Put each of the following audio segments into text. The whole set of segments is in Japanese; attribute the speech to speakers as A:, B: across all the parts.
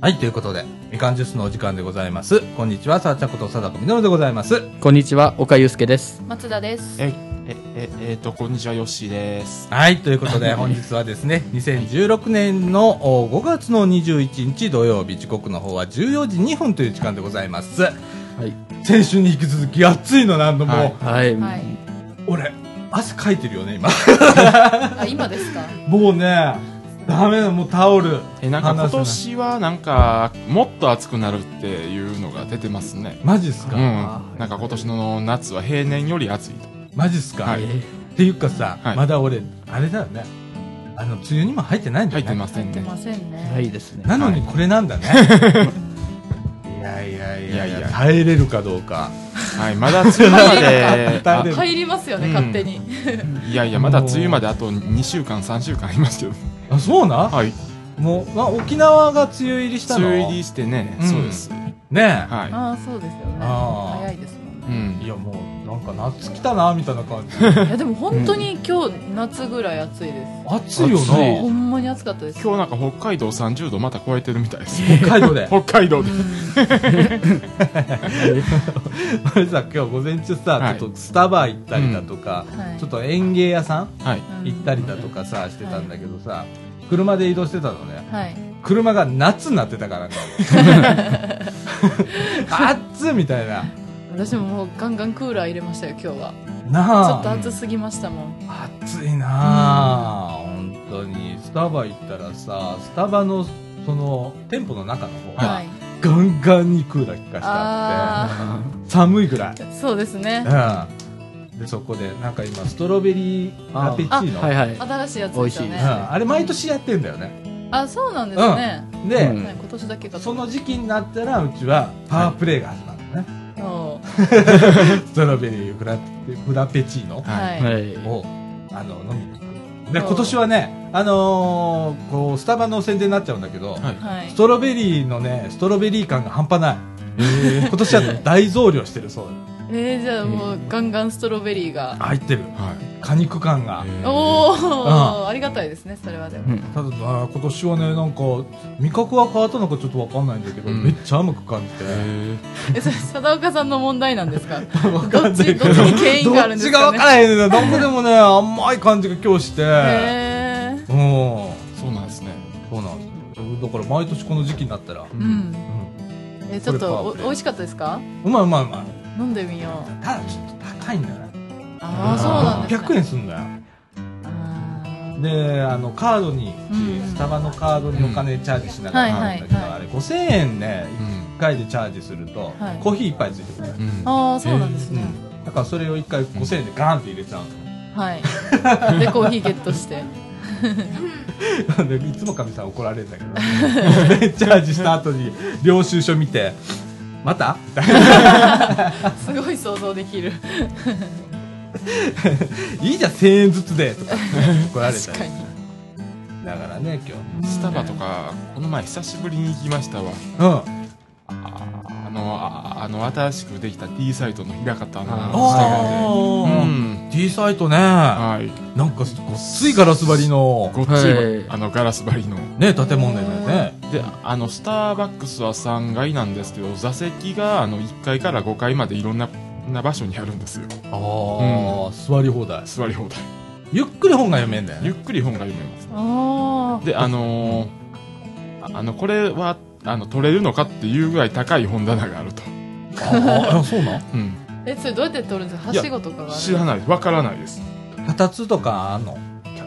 A: はい、ということで、みかんジュースのお時間でございます。こんにちは、さあちゃんこと貞子みのるでございます。
B: こんにちは、岡祐介です。
C: 松田です。
D: え、え、え、えっ、と、こんにちは、よっしーです。
A: はい、ということ で、本日はですね、2016年のお5月の21日土曜日、時刻の方は14時2分という時間でございます。
B: はい。
A: 先週に引き続き暑いの何度も、
D: はい
B: はい。
C: はい。
A: 俺、汗かいてるよね、今。
C: あ、今ですか。
A: もうね、ダメだ、もうタオル。
D: え、なんか
A: 離
D: 今
A: せない
D: 年はなんか、もっと暑くなるっていうのが出てますね。
A: マジっす
D: うん。
A: か、
D: なんか今年の夏は平年より暑いと。
A: マジっすか、
D: は
A: っ
D: い
A: ていうかさ、
D: はい
A: まだ俺、あれだよね。あの、梅雨にも入ってないんだ
D: 入
A: よね。
D: ってませ
C: 入っ
D: ん
C: て
D: ね。
C: ません
B: な
C: ね。
B: いですね。
A: なのにこれなんだね。いやいやいやい
D: いやい
A: や、
D: や
A: 耐えれるかどうか。、
D: はい、まだ梅雨まで
A: 大
D: あ
A: 変
C: 入りますよね、
D: うん
C: 勝手に。
D: いやいや、まだ梅雨まであと2週間、3週間ありますけど。
A: あ、そうな、
D: はい。
A: もう、まあ、沖縄が梅雨入りした
D: 梅
A: の
D: 雨入りしてね、
A: うん
D: そうです。
A: ねえ、
D: はい。
C: ああ、そうですよね。
A: あー
C: 早いですもんね。
D: うん
A: い。やもう、なんか夏来たな、みたいな感じ。
C: いや、でも、本当に今日夏ぐらい暑いです。
A: 暑いよ
D: 暑い
C: ほ
A: な。
C: んまに暑かったです。
D: 今日なんか北海道30度また超えてるみたいです。
A: 北海道 で。
D: 北海道で。
A: 俺さ、今日午前中さ、
D: はい
A: ちょっとスタバ行ったりだとか、
C: はい
A: ちょっと園芸屋さん
D: はい。
C: うん
A: 行ったりだとかさ、してたんだけどさ、車で移動してたのね。
C: はい。
A: 車が夏になってたからね。 暑っみたいな。
C: 私ももうガンガンクーラー入れましたよ、今日は。ち
A: なあ。
C: ょっと暑すぎましたもん。
A: 暑いなあ、本当にスタバ行ったらさスタバのその店舗の中の方が、
C: はい。
A: ガンガンにクーラー効かしてあ
C: あ
A: って寒いぐらい、
C: あ、そうですね。
A: うん、でそこでなんか今ストロベリーラペチーノ
B: はいはい。
C: 新しいやつですよ
B: 美味しいで
A: う
B: す
C: ね。
A: んあれ毎年やってんだよね
C: あ、そうなんですね。
A: で、
B: うん
C: はい今年だけかと。
A: その時期になったらうちはパワープレイが始まるのね、
C: そう
A: ストロベリーフラフラペチーノ
D: はい。
C: は。
B: はいい。
A: をあの飲みに行くで
C: お
A: 今年はねあのーこうスタバの宣伝になっちゃうんだけど、
D: はい。
C: はい
A: ス。トロベリーのね、ストロベリー感が半端ない。今年はね大増量してるそうです。
C: えー、じゃあもうガンガンストロベリーが。
A: 入ってる。
D: はい。
A: 果肉感が。
C: お
A: あ
C: お、ありがたいですね、それはでも。
A: ただ、あー今年はね、なんか、味覚は変わったのかちょっとわかんないんだけど、
D: うん
A: めっちゃ甘く感じて。
D: え
C: え、それ、貞岡さんの問題なん ですか
A: わかんないけど
C: どっちどっちに原因があるんですかね
A: どっちがわからへんねんな。どこでもね、甘い感じが今日して。
C: へー
A: うん。
D: ーそうなんですね。
A: そうなんですよ。だから毎年この時期になったら。
C: う
D: うんん。
C: え、ちょっと、お、美味しかったですか
A: うまいうまいうまい。
C: 飲んでみよう。
A: ただちょっと高いんだよね。
C: ああ、そうなんですね。
A: 600円すんだよ。
C: あ
A: であのカードに、
C: うん
A: スタバのカードにお金チャージしながら
C: うん
A: 買うんだけど、
C: はいはいはい
A: あれ5000円ね
D: うん
A: 1回でチャージすると、
C: はい
A: コーヒー1杯ついてくる、
D: うん
C: ーあー、そうなんです
A: う
C: ね。
A: ん、だからそれを1回5000円でガーンって入れちゃう
C: はい。で、コーヒーゲットして。
A: の、 でいつもかみさん怒られるんだけど 5000円チャージした後に領収書見てまたみたいな
C: すごい想像できる。
A: いいじゃん1000円ずつでとか怒られた
C: 確
A: り
C: かに。
A: だからね今
D: スタバとか、この前久しぶりに行きましたわ。
A: 日うん
D: ああの、ああの、新しくできた T サイトの平方の
B: あー
D: スタバ
A: お
D: で。う
A: ー
D: ん。
A: T サイトねな
D: はい。
A: んかごっついガラス張りの
D: ごっつい、
B: はい
D: あの、ガラス張りの。
A: ね建物だよね
D: で、あの、スターバックスは3階なんですけど、座席が、あの、1階から5階までいろんな、な場所にあるんですよ。
A: ああ、座り放題
D: 座り放題。
A: ゆっくり本が読めんだよ
D: ゆ
A: ね
D: っくり本が読めます。
C: あ
D: で、あのーああの、これは、あの、取れるのかっていうぐらい高い本棚があると。
A: ああそうなん
D: うん。
C: あ。え、それどうやって取るんですかはしごとかがある
D: 知らないわからないです
A: 二つとかあんの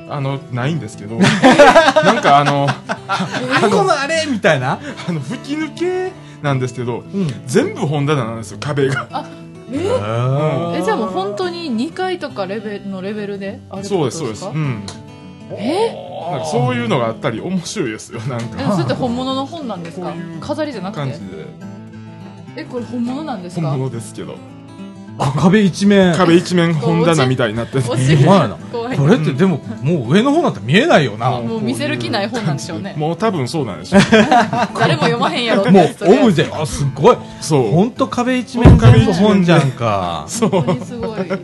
D: あのないんで すけどなんかあの
A: 箱のあれみたいな
D: あの吹き抜けなんですけど
A: うん
D: 全部本棚なんですよ壁が
C: え
D: ー
C: え、じゃあもう本当に2回とかレベのレベルであるって
D: そ
C: こと
D: うで
C: ですす
D: そうです
C: か
D: うん
C: え
D: なんかそういうのがあったり面白いですよな
C: え、
D: ん
C: そ
D: か
C: れって本物の本なんです
D: こ
C: か
D: ういう
C: 飾りじゃなく
D: 感
C: て
D: じ。で
C: え、これ本物なんです
D: 本
C: か
D: 物ですけど
A: 壁一面
D: 壁一面本棚みたいになってて
C: お尻
A: お前ら
C: が怖い。
A: これってでももう上の方なんて見えないよなも
C: もう見せる気ない本なんでしょうね
D: もう多分そうなんでしょう
C: 誰も読まへんやろ
A: う
C: ってやつとりあえず
A: オブジェあすごい
D: そ
A: ほ
D: うん
A: と壁一面全部本じゃんか
D: そう
C: 本当にすご
A: こ
C: い。
D: んなん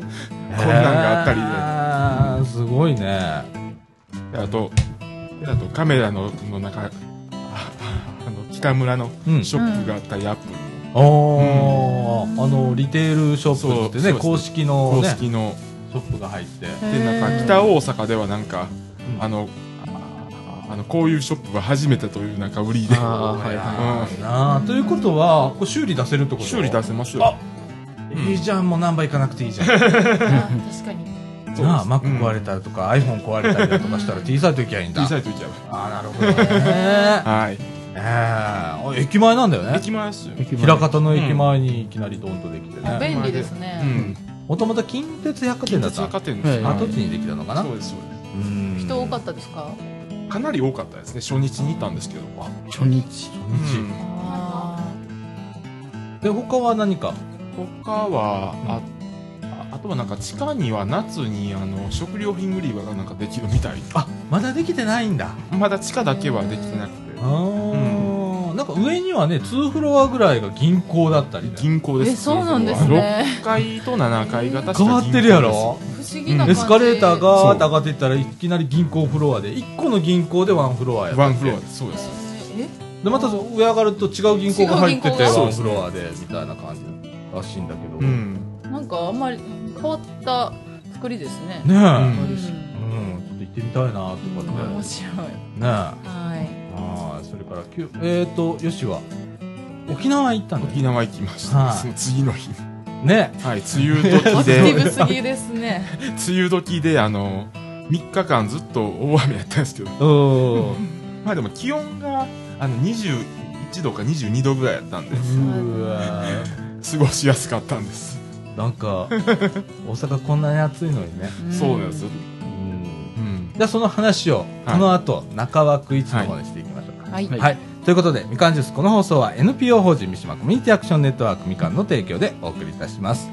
D: があったりね
A: りすごいね
D: であとであとカメラのの中ああの機中村の
A: うん
D: ショップがあったりアップ、
A: あー、あのリテールショップって
D: そうそう
A: ね
D: です
A: 公式の、
D: 公
A: ね、
D: 式の、
A: ショップが入って
D: でなんか北大阪ではなんか、
A: うん
D: あのああのこういうショップは初めてというなんか売りで
B: あーはい
D: は
A: なあということはこれ修理出せるってこと
D: 修理出せますよ
A: あいいじゃんもう何倍いかなくていいじゃん
C: あー確かに
D: そうです
A: なあ Mac
D: うん
A: 壊れたりとか、iPhone 壊れたりだとかしたら T サイト行きゃいいんだ
D: 小さい時は
A: ああなるほどね
D: はい
A: ええあ駅前なんだよね
D: 行きますよ
B: 駅前
A: 枚方の駅前にいきなりドンとできて
C: あ
A: ね
C: 便利です
D: う
C: ね、
D: ん
A: もともと近鉄百貨店だっ
D: 百貨
A: た
D: 店です
B: はい
A: 跡地にできたのかな
D: そうですそうで
A: うん
C: 人多かったですか
D: すかなり多かったですね初日に行ったんですけど
B: 初日
A: 日
D: うん
C: あ
A: で他は何か
D: 他は、あああとはなんか地下には夏にあの食料品売り場がなんかできるみたい
A: あまだできてないんだ
D: まだ地下だけはできてなく
A: あ
D: て
A: ーなんか上にはね2フロアぐらいが銀行だったりだよ
D: 銀行
C: ー
D: です
C: えそうなんですね
D: 6階と7階が確か
A: 変わってるやろ
C: 不思議な感じ
A: エスカレーターがーって上がっていったらいきなり銀行フロアで1個の銀行でワンフロアやったっ
D: ワ
A: け
D: ンフロアですそうです
C: え
A: でまた上上がると違う銀行が入って
C: 違う銀
A: て
C: 行が
A: ワンフロアでみたいな感じらしいんだけど、
D: う
A: ね
D: ん
C: なんかあんまり変わった作りですね
A: え、
C: う
D: うん
A: う
C: ん
A: ん、ちょっと行ってみたいなとかって、
C: うん面白い
A: ねえは
C: はい
A: いそれからきゅえっ、ー、とよしは沖縄行ったんだよ
D: 沖縄行きまし
A: は
D: た
A: い
D: その次の日
A: ね
D: はい梅雨
C: ポ
D: 時
C: ジティブ
D: で
C: すぎですね
D: 梅雨時であの3日間ずっと大雨やったんですけど
A: うん
D: まあでも気温があの21度か22度ぐらいやったんで
A: うわ
D: 過ごしやすかったんです
A: なんか大阪こんなに暑いのにね
D: そうなんです
A: うん
D: うん
A: じゃあその話を
D: は
A: こ
D: い
A: の後、中枠一の方にしていきましょうか、
C: はい
B: はい
A: はい。ということで、みかんジュース、この放送は NPO 法人三島コミュニティアクションネットワークみかんの提供でお送りいたします。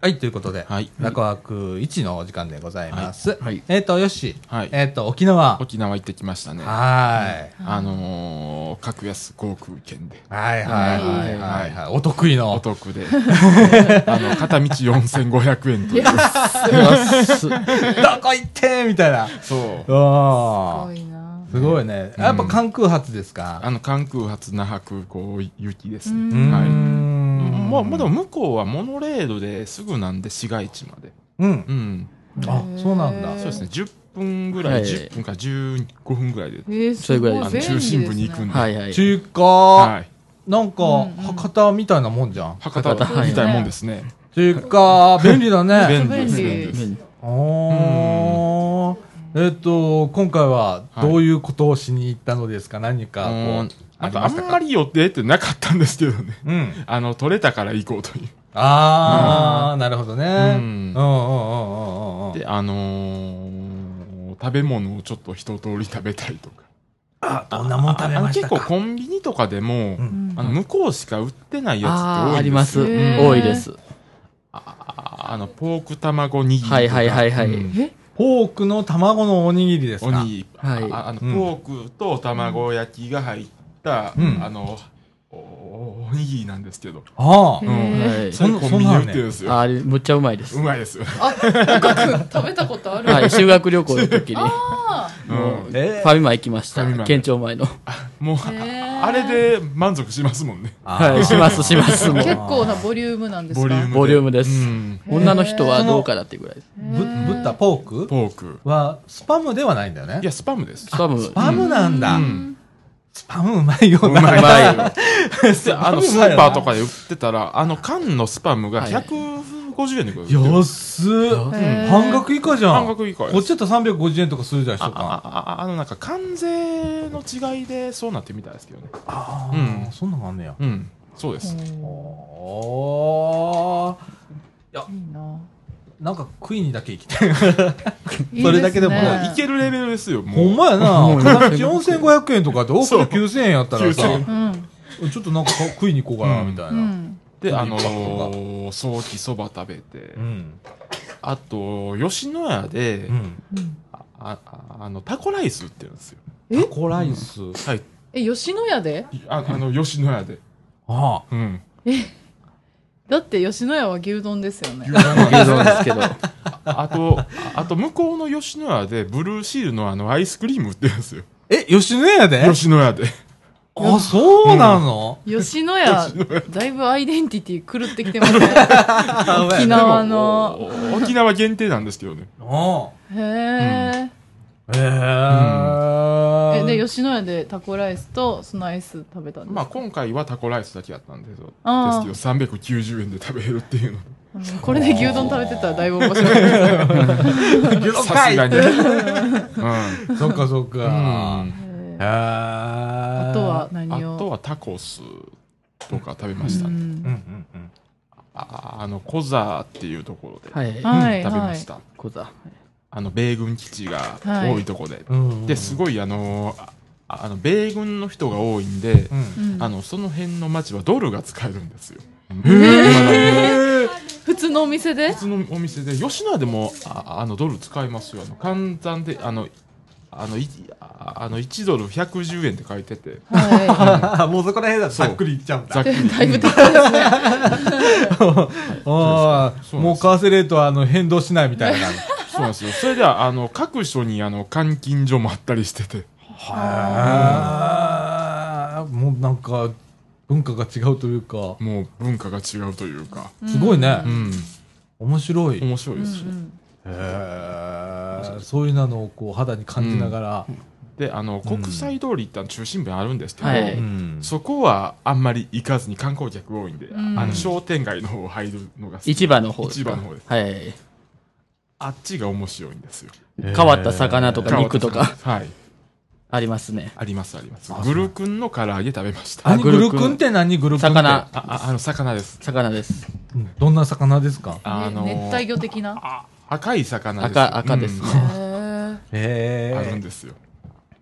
A: はい、ということで、
D: はい
A: 中枠一のお時間でございます。
B: はい
A: えっ、と、よし、
D: はい
A: えっ、と、沖縄。
D: 沖縄行ってきましたね
A: は
D: あのー、格安航空券で。
A: ーい。はいはいはいはいはい。お得意
D: お
A: の。
D: 得 で。あの、片道4500円という。
B: 安っ
A: どこ行ってみたいな。
D: そう。
C: す
A: あ
C: ご
A: ー
C: いな
A: すごいね。
D: うん
A: やっぱ関空発ですか。
D: あの、関空発那覇空港行きです
A: う
D: ね。
A: ーん
D: はいまあ、まあでも向こうはモノレールですぐなんで市街地まで。
A: うん。
D: うん。
A: あ、そうなんだ。
D: そうですね。10分ぐらい、
B: はい
D: 10分か15分ぐらいで、
C: えー、
B: それぐらい
D: あ
C: す
D: の、
C: ご
D: 中心部に行くん で。
B: はいはい
A: 中華、
D: はい。
A: なんか、
C: うんうん
A: 博多みたいなもんじゃん。
D: 博多みたいもんですね。
A: 中華、便利だね。
D: 便利です。
C: 便利
D: 便利です。
A: おーえっと、今回はどういうことをしに行ったのですか、何か
D: う
A: こ
D: ん
A: う、
D: あ
A: あり
D: と、あ
A: ま
D: ん
A: した
D: ま
A: か
D: り予定ってなかったんですけどね。
A: うん。
D: あの、取れたから行こうという。
A: あー、なるほどね。うん
D: うん
A: うんうんうんうんうん。
D: で、あのー食べ物をちょっと一通り食べたりとか。
A: あ、どんなもん食べ
D: あの
A: まし
D: 結
A: た
D: 構
A: か
D: コンビニとかでも、
A: うん
D: あの、向こうしか売ってないやつって
B: あ
D: 多
B: ああ
D: いん
B: り
D: で
B: ますす
D: よ。
C: へー
B: 多いです
D: ああの、ポーク卵握りとか。
B: はいはいはいはい
D: うん
C: え
A: ポークの卵のおにぎりです
D: お
A: か
D: にぎり。
B: はい
D: ああの、
A: うん
D: ポークと卵焼きが入った、
A: うん
D: あの、おおおにぎりなんですけど。
A: あ
C: へ
A: ー
D: ん
C: ー
B: はい
D: それコンビニで売ってるんです
B: あ
D: よ。
B: あれむっちゃうまいです
D: うまいですよ。
C: あ、深く食べたことある、
B: はい修学旅行の時に
C: あー
D: うん
A: え
B: ファミマ行きまし
D: ファミ
B: た
D: マ
B: 県庁前の
D: もう、
C: へー
D: ああれで満足しますもんね。
A: あー
B: はいしますしますもう
C: 結構なボリュームなんですか
D: ボリュームで。
B: ボリュームです
D: うん
C: へー
B: 女の人はどうかだっていうぐらいです
A: ぶ、ぶったポーク
D: ポーク。
A: は、スパムではないんだよね
D: い。や、スパムです。
B: 多分
A: スパムなんだ
D: う。
C: うん
A: スパムうまいよ
D: う
A: な。
D: ま
A: スパム
D: い。
A: うまいよな
D: あの、スーパーとかで売ってたら、あの缶のスパムが150円で売ってる。
A: 安っ
C: へー
A: 半額以下じゃん。
D: 半額以下です
A: こっちだったら350円とかするじゃん、一
D: あ
A: 缶。
D: あああの、なんか関税の違いでそうなってみたいですけどね。
A: あ
D: ー
A: そんなのあんねや。
D: うん。そうです。
A: おー
C: いいな。
A: なんか食いにだけ行きたい。
C: いいすね
A: それだけでも
D: もういけるレベルですよ、
A: ほん
D: もう。
A: まや
B: もう
A: な。形4500円とかで、多くの9000円やったらさ、
D: そう9000
C: うん。
A: ちょっとなんか食いに行こうかな、
D: うん
A: みたいうな。
C: ん。
D: で、あのー、早期そば食べて
A: う、ん。
D: あと、吉野家で
A: う、ん。
C: うん
D: あああの、タコライス売ってるんですよ。
C: え
A: タコライス。
D: はい。
C: え、吉野家で
D: ああの、吉野家で。
A: ああ。
D: うん。
C: だって吉野家は牛丼ですよね。
B: 牛丼ですけど。
D: あと、ああと、向こうの吉野家で、ブルーシールのあの、アイスクリーム売ってるんですよ。
A: え、吉野家で
D: 吉野家で。
A: あ、そうなの
C: 吉野 家、だいぶアイデンティティ狂ってきてますね。沖縄の。
D: でもお沖縄限定なんですけどね。
A: あ
C: へえ。
A: あ。へえ。
C: え、で、吉野家でタコライスとそのアイス食べたんです
D: まあ、今回はタコライスだけだったんですよ。
C: あー
D: ですけど、390円で食べれるっていうの。
C: うんこれで牛丼食べてたらだいぶ面白い。
D: さすが に。うん。
A: そっかそっか。
D: うん
A: へえ。
C: あ
A: あ
C: とは、何を
D: あとはタコスとか食べました
C: う
D: ね。
A: うんうんんうん。
D: ああの、コザーっていうところで
B: はい。
C: はい、
D: 食べま
C: は
D: し
C: い。
D: た。
B: こざ。
D: あの、米軍基地が多いとこで。
A: うん
D: で、すごい、あのー、ああの、米軍の人が多いんで、
A: うん
C: うん
D: あの、その辺の街はドルが使えるんですよ。
C: 普通のお店で
D: 普通のお店で、吉野家でも、ああの、ドル使えますよ。あの、換算で、あの、あの、いああの1ドル110円って書いてて、
C: は
A: あ もうそこら辺だと
D: そ
A: ざ
D: う
A: っくりいっちゃうんだ
D: ざっ。くり。
C: い。 だいぶ高いですね。
A: ああ、もう
D: そうなんです
A: 為替レートはあの変動しないみたい な。
D: そうなんですよ。それでは、あの、各所に、あの、監禁所もあったりしてて。
A: はあ、もうなんか文化が違うというか、
D: もう文化が違うというか、
A: すごいね
D: う。ん、
A: 面白い。へ
D: 面白いですし、
C: うん
A: え。そういうのをこう肌に感じながら。
D: であの国際通りって中心部にあるんですけど、
B: はい
A: うん
D: そこはあんまり行かずに観光客多いんで、
C: うん
D: あの商店街の方入るのが好き
B: 市場の方
D: 市場の方です
B: はい。
D: あっちが面白いんですよ
B: 変わった魚とか肉とか
D: はい
B: ありますね。
D: ありますありますグルクンの唐揚げ食べましたあ
A: 何グ
B: グ
A: ル
B: ルクン
A: クンって何グルクンって
B: 魚。
D: ああの魚です
B: 魚です。
A: うんどんな魚ですか
D: あの
C: ね熱帯魚的な。
D: あ赤い魚です
B: 赤赤です
D: うん
B: ね
C: へ
A: へ
D: あるん
A: え。
D: ですよ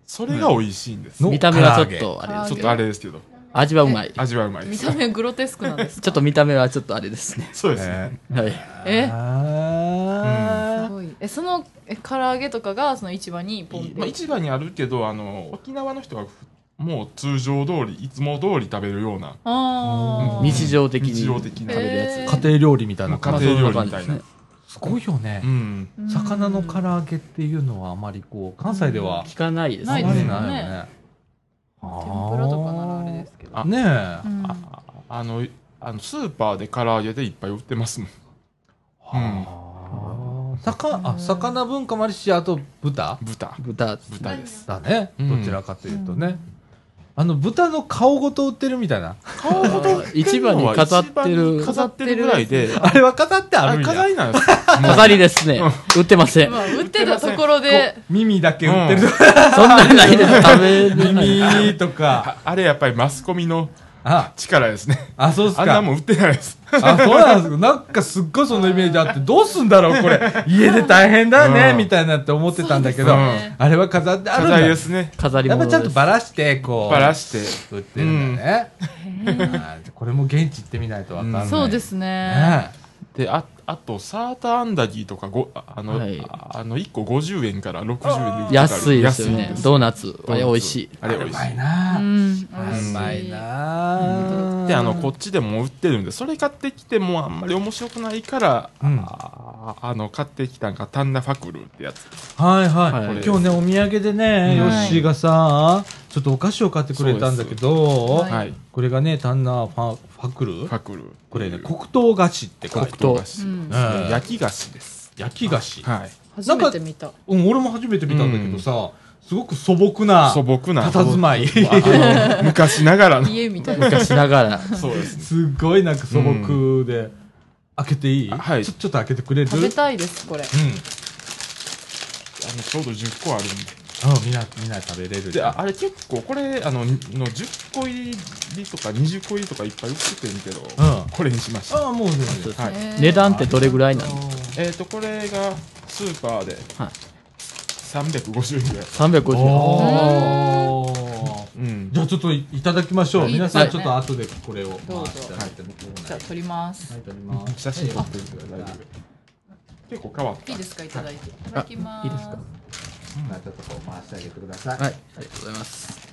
D: それが美味しいんです、
A: の
B: 見た目はちょっとあ
C: 唐揚げ
B: れ
D: ちょっとあれですけど
B: 味はうまい。
D: 味はうまい
C: ー
D: で
C: 見
D: す
C: た目グロテスクなんです
B: ちょっと見た目はちょっとあれですね。
D: そうですね、
A: え
B: はい。
C: え
A: あ
C: すごいえそのえ唐揚げとかがその市場にポンって、
D: まあ、市場にあるけどあの沖縄の人はふもう通常通りいつも通り食べるような
C: あー
B: 日常的に
D: 日常的
B: 食
D: な
B: べるや
C: へ
B: つ。
A: ー家庭料理みたいな
D: 家
A: 感
D: 庭
A: じ。
D: 料理みた
B: まあそんな感
D: いな、
B: じですね
A: すごいよね。
D: うん
C: うん
A: 魚の唐揚げっていうのはあまりこう関西では
B: 聞かないです
A: あま
C: な
A: り
B: ね
C: いで。すよね
A: ないよね。
C: 天ぷらとかならあれですけど
D: あ
A: ね
C: う
A: え。
C: ん
D: あああのあのスーパーで唐揚げでいっぱい売ってますもんうん
A: はあ魚あ魚文化もあるしあと豚
D: 豚
B: 豚。
D: 豚です
A: だね
D: うん
A: どちらかというとね、あの豚の顔ごと売ってるみたいな
D: 顔ほど
B: 市場に飾ってる
D: 一番に飾ってるぐらいで
A: あれは飾ってあ
D: あ
A: るん
D: れ飾
A: や
D: りなんですよ
B: 飾りですね。売ってません。
C: まあ売ってたところで
A: 耳だけ売ってるとか、
B: そんなんないです。食べる。
A: 耳とか
D: ああれやっぱりマスコミの
A: あ
D: 力ですね
A: あそうっす
D: あんな
A: か
D: もん売ってないです
A: あそうなんですかなんかすっごいそのイメージあってどうすんだろうこれ家で大変だね、
D: うん
A: みたいなって思ってたんだけど、
D: そうです
C: ね
A: あれは飾ってあるん
D: 飾
A: だ
D: りですね
B: 飾り
A: やっぱ
B: 物
A: ちゃんと
B: です。
A: バラしてこう
D: バラして
A: 売ってるんだね、 あーこれも現地行ってみないとわかんない、
D: うん
C: そうですね
A: ね
D: でああとサーターアンダギーとかごああの、
B: はい
D: ああの1個50円から60円で売ってたり
B: 安いですよ
D: 安い
B: ね。ドーナツ。あれ美味しい。
D: あれ美味し
A: うま
D: い
A: いな
C: う
A: ぁ
C: ん
A: うまいなぁ
D: であのこっちでも売ってるんでそれ買ってきてもあんまり面白くないから、
A: うん
D: ああの買ってきたんがタンナファクルってやつ
A: はいはい、
B: はい
A: 今日ねお土産でね、
D: うん
A: ヨッシーがさちょっとお菓子を買ってくれたんだけど、
C: はい
D: はい
A: これがねタンナーファファクル
D: ファクル
A: これね黒糖菓子って書いて
D: 黒糖菓子、
C: うん
A: うん
D: 焼き菓子です
A: 焼き菓子、
D: はい
C: 初めて見た
A: うん、俺も初めて見たんだけどさ、すごく素朴な
D: 素朴な
A: 佇ま い
D: あの昔ながらの
C: 家みたいな
B: 昔ながら。
D: そうですね
A: すごいなんか素朴で、開けていい、
D: あはい
A: ちょちょっと開けてくれる
C: 食べたいですこれ
A: うん
D: あのちょうど10個あるんで
A: みんなみんな食べれる
D: でああれ結構これあのの10個入りとか20個入りとかいっぱい売っててんけど、
A: ん
D: これにしました
A: あもう全然
D: はい
C: えー
B: 値段ってどれぐらいなの
D: えっ、とこれがスーパーで
B: はい
D: 350円ぐらい、
B: 350円
A: おー
D: うん
A: じゃあちょっといいただきましょう
C: いいで
A: 皆
C: す
A: さ
C: ね
A: んちょっと後でこれを
C: どう
A: 回
C: ぞ
A: していただいて僕も
C: じゃ
A: は
C: あ取ります
A: い取ります
D: 写真撮ってるから大丈夫結構変わっ
C: いい
D: た
C: ですかいただいていただきます
B: いいですか
A: まあちょっとこう回してあげてください
B: はいありがとうございます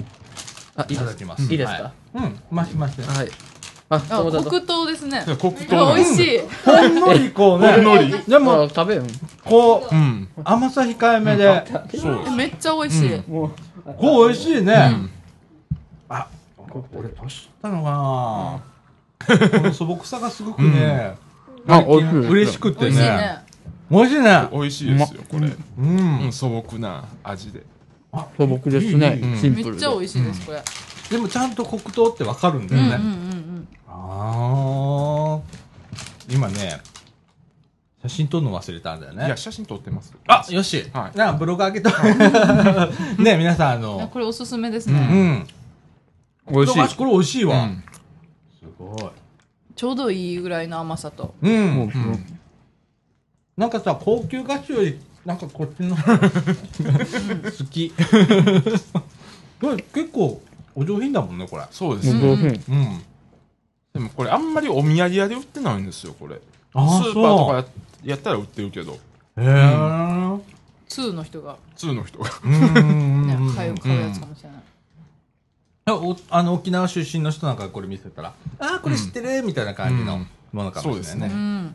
B: あい
A: い
B: いで
A: た
B: す
A: だ
B: か
A: きます
B: いいですか
A: うん回しまして
B: はいあ
C: あ
B: 友達と
C: 黒糖ですね
D: 黒糖
C: あ
D: な
C: 美
D: ん
C: 味しい
A: ほんのりこうね
D: ほんのり
A: でも
B: あ食べん
A: こう
D: うん
A: 甘さ控えめで
D: そう
C: めっちゃ美味しい、
D: う
B: もう
A: こう美味しいね
D: ん
A: あ俺年取ったのかなこの素朴さがすごくね
B: あ美味しい
A: 嬉しく
C: 美
A: て
C: 味しい
A: ね
C: ね
A: 美味しいね
D: 美味しいですよこれ、
A: う
D: うんん、素朴な味で
B: 素朴ですね
A: いいいい
B: シン
C: め
B: プル
C: っ
B: で
C: ちゃ美味しいですこれ、
A: でもちゃんと黒糖ってわかるんだ
C: うん、
A: よ
C: う
A: ね
C: んうんうん
A: ああ今ね写真撮るの忘れたんだよ
D: いや
A: ね
D: 写真撮ってます
A: あよし、
D: はい
A: なあブログ上げとね皆さんあ
C: いや
A: の
C: これおすすめです
A: う
C: ね、
A: ん
B: 美味しい
A: あこれ美味しいうわ、
D: ん
A: すごい
C: ちょうどいいぐらいの甘さと
A: うん、
B: もうもう
A: なんかさ高級菓子よりなんかこっちの好きこれ結構お上品だもんねこれ
D: そうです
B: もう
D: ね、
B: 上品
A: うん
D: でもこれあんまりお土産屋で売ってないんですよこれ
A: あ
D: ス
A: ー
D: ーパーとか
A: そう
D: ややったら売ってるけど
A: へえ
C: 2の人が、
D: 普通の人が
A: うん
C: ね買う買うやつかもしれない、
A: あおあの沖縄出身の人なんかこれ見せたら「あーこれ知ってる」みたいな感じのものかもしれないね,、
D: そうですね
C: う
A: う
C: ん
A: ん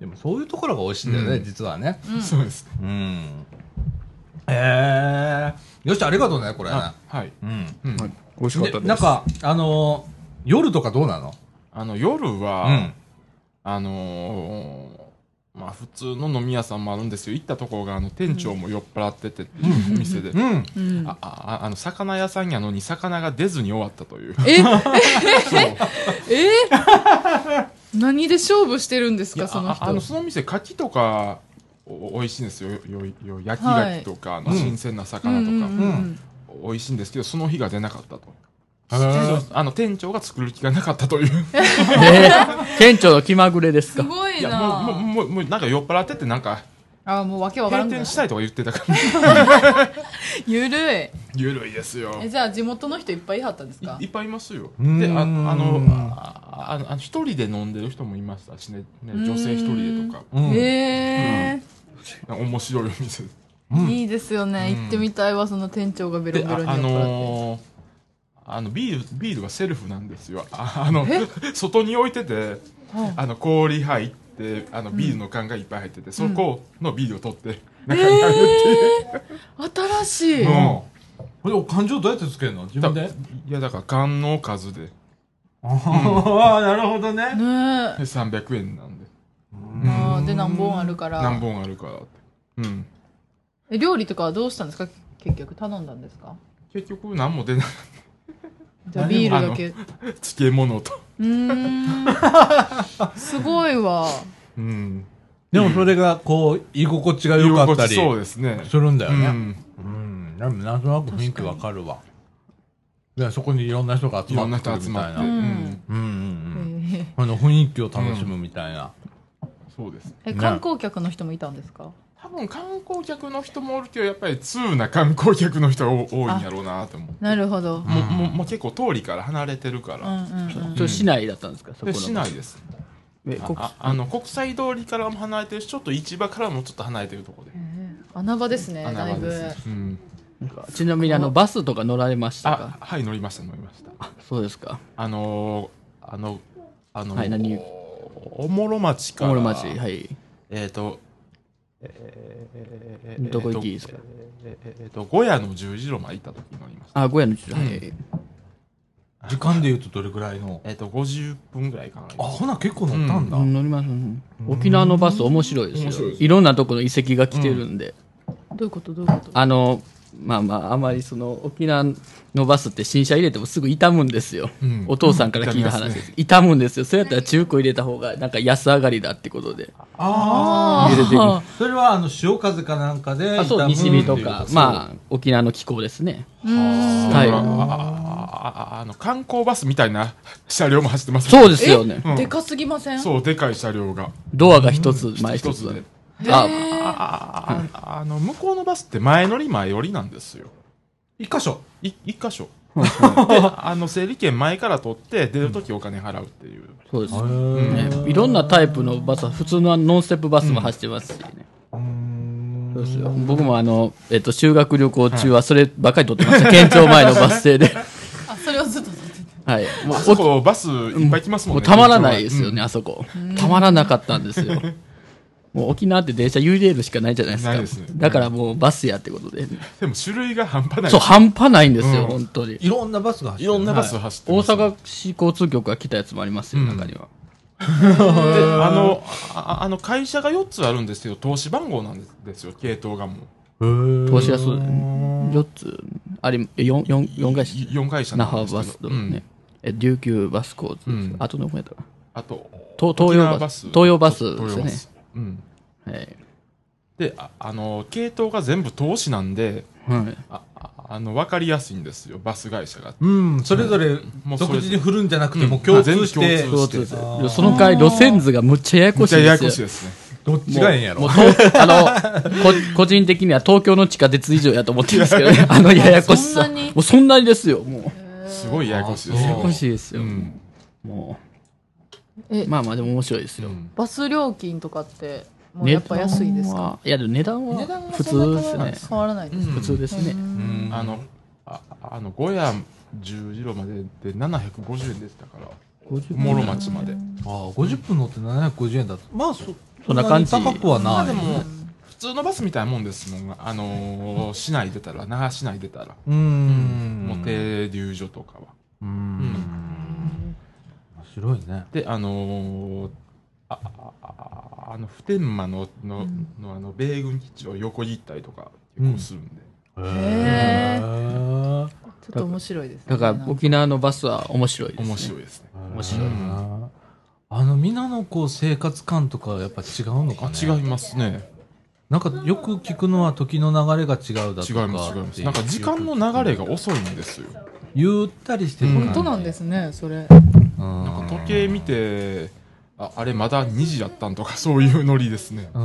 A: でもそういうところが美味しいんだよね、
D: うん
A: 実はね
C: うん
D: そうです
A: うんえー、よしありがとうねこれね
D: あはい、
A: うん
D: うん
B: はい美味しかった
A: で
B: です
A: なんかあのー夜とかどうなの
D: あの夜は、
A: うん
D: あのーまあ普通の飲み屋さんもあるんですよ行ったところがあの店長も酔っ払っててっていうお店で、
A: うん
C: うん
D: あああの魚屋さんやのに魚が出ずに終わったという
C: えええ何で勝負してるんです
D: いや
C: かその
D: あ
C: 人
D: ああのその店牡蠣とかお美味しいんですよよよよ焼き牡蠣とか、あの
A: うん
D: 新鮮な
C: うん
D: 魚
C: う
D: とか、
C: んうん
D: 美味しいんですけどその日が出なかったと
A: へー
D: あの店長が作る気がなかったという
B: えー店長の気まぐれです
C: す
B: か
C: ごい
D: いやもうも
C: な
D: うもうもうなんか酔っ払っててなんか
C: あもうわけわからん
D: 閉
C: くな
D: 店
C: い
D: したいとか言ってたから
C: ゆるい
D: ゆるいですよ
C: えじゃあ地元の人いっぱいいはったんですか
D: いいっぱいいますよ
A: うーん
D: でああのああのあの一人で飲んでる人もいましたしねね女性一人でとか
A: うん
C: へえ
D: 面白いお店
A: うん
C: いいですよね行ってみたいわその店長がベロ
D: で
C: ベ
D: あ
C: ロに酔っ
D: あ
C: 払って
D: のーあのビールビールはセルフなんですよああの外に置いてて
C: はい
D: あの氷入ってあのビールの缶がいっぱい入ってて、そこのビールを取って、
C: 新しい
D: うん
A: これお感情どうやってつけるの自分で
D: いやだから缶の数で
A: ああなるほどね
C: ね
D: で300円なんで
C: えあーで何本あるから
D: 何本あるからってうん
C: え料理とかはどうしたんですか結局頼んだんですか
D: 結局何も出ない
C: じゃあビールだけ
D: 漬物と
C: うーん すごいわ
D: うん
A: でもそれがこう居心地が良かったり
D: 居心地そうですね
A: するんだよ
D: う
A: ね、
D: ん
A: うん、でもなんとなく雰囲気わかるわ。で、そこにいろんな人が集
D: いろん
A: ま
D: な
A: ってく
D: 人
A: る
D: 集
A: み
D: ま
A: た
D: っ
A: い
D: て、
A: な。
D: う
A: うんんうん
C: え
A: うん。
C: ー
A: あの雰囲気を楽しむみたいな。
D: そうです
C: え
A: ね
C: 観光客の人もいたんですか
D: 多分観光客の人もおるけどやっぱり通な観光客の人が多多いんやろうなと思う
C: なるほど
D: もうもうもう結構通りから離れてるか
C: うんう
D: ら、
C: んうん
B: ちょ市内だったんですかそこ
D: で
B: の
D: 市内です
B: えこ
D: ああの国際通りからも離れてるしちょっと市場からもちょっと離れてるところで、
C: えー穴場ですね
D: 穴
C: だ
D: 場
C: いぶ
D: ですねうん、
B: なんかちなみにあのバスとか乗られました
D: あ
B: か
D: はい乗りました乗りました
B: そうですか
D: あのー、あのあの、
B: はい何
D: おおもろ町か
B: 小
D: ら
B: 諸町はい
D: えっ、と
B: どこ行きですか
D: えっ、えーとゴヤの十字路まで行った時に乗りました
B: あ、ゴヤの中はい。
A: 時間で言うとどれぐらいの。
D: えっ、と50分ぐらいかな
A: あ、ほな結構乗ったんだ。
B: うん乗ります。うん沖縄のバス面白いですよ。いろんなとこの遺跡が来てるんで。
C: どういうことどういうこと
B: あの、まあまああまりその沖縄のバスって新車入れてもすぐ傷むんですよ、
D: うん
B: お父さんから聞いた話です、傷むんですよそれやったら中古入れた方がなんか安上がりだってことで
A: あ
B: 入れてい
A: あそれはあの潮風かなんかで
B: あそう
A: 傷む
B: 西日と
A: っていう
B: か
A: こと
B: まあ沖縄の気候ですね
C: うん
B: はい
D: だからああああの観光バスみたいな車両も走ってます
B: そうですよね
D: うん
C: でかすぎません
D: そうでかい車両が
B: ドアが一つ前一
D: 一
B: つ
D: つで
B: あ
D: ああああの向こうのバスって前乗り前寄りなんですよ
A: 一箇所
D: い一箇所であの整理券前から取って出るときお金払うっていう、
B: そうです、
A: うん
B: ねいろんなタイプのバスは普通のノンステップバスも走ってますしね、そうですよ僕もあの、えっと、修学旅行中はそればっかり撮ってました、県庁前のバス停で、
C: あそれをずっと撮ってて
B: はい、もう
D: あそこバスいっぱい来ますも
B: も
D: ん
B: う
D: ね、
B: たまらないですよ
D: うん
B: ね、あそこ。たまらなかったんですよ。もう沖縄って電車 UDL しかないじゃないですか。
D: ないですね
B: だからもうバスやってことで。
D: でも種類が半端ない
B: そう、半端ないんですよ、
D: うん
B: 本当に。
A: いろんなバスが走
D: い
A: ってる
D: ろんなバス走って
B: 大
D: ますね、
B: 阪市交通局が来たやつもありますよ、
D: うん
B: 中には。
D: であのああの会社が4つあるんですけど投資番号なんですよ系統がも
B: 投資がそう、4つ、あれ、4、四四会
D: う
B: 社。
D: 4会社
B: 那
D: なん
B: 覇
D: ですけ
B: バ
D: ど
B: スとね、え琉球バス交通、
D: うん
B: あとどこやったか
D: うんあと
B: 東東洋バス。東洋バスです
D: 東洋
B: よ
D: バ
B: ね。
D: スうん
B: はい。
D: でああの系統が全部投資なんで
B: はい
D: あああの分かりやすいんですよバス会社が
A: うんそれぞれ
D: もうそ
A: 独
D: れ
A: 自に振るんじゃなくてもう共通して
D: うんまあ全部共通
B: 交通
A: あー
B: その回、路線図がむっちゃややこ
D: めっ
B: し
D: ちゃ
B: いん
D: や
B: で
D: や
B: すよ
D: こしい。ですね
A: どっちがええんやろ
B: もうとあ のこ個人的には東京の地下鉄以上やと思ってるんですけどねあのややこしさ
C: そんなに
B: もうそんなにですよもう
D: すごいややこしい
A: あ
D: です
A: そう
B: や
D: よ
B: やこしいですよ、
D: うん
B: も
C: え
B: うまあまあでも面白いですよ、
C: バス料金とかってもう
B: 値
C: や
B: 段
C: っぱ安いですか
B: はいやでも値段
C: 値段
B: は
C: は
B: 普
C: そん
B: 通
C: な
B: です
C: 変わら
B: ね
C: 変わらないです
D: うん
B: 普通ですね、
A: うん
D: あのああの5や10時までで750円でしたから
B: 50
D: 諸町まで
A: あー50分乗って750円だとまあそ
B: そんな感じ
A: そんなに高くは
D: まあ
A: な
D: で
A: い
D: も普通のバスみたいなもんですもんあのー市内出たら那覇市内出たら
A: う
D: うん
A: ん
D: もう停留所とかは
A: うん面白いね
D: であのーああああの普天間のの,、のあの米軍基地を横切ったりとか結構するんで、
A: へ
C: へ
A: ー
C: ちょっと面白いですね
B: だから沖縄のバスは面白いです、ね、
D: 面白いですね
A: 面白いなあの皆のこう生活感とかやっぱ違うのか
D: あ
A: ね
D: 違いますね
A: なんかよく聞くのは時の流れが違うだとか
D: 違います違いますなんか時間の流れが遅いんですよ
A: ゆったりしてる
D: うん
A: 感じ
C: 本当なんですねそれ
A: うん
D: なんか時計見てああれまだ2時だったんとかそういうノリですね
A: う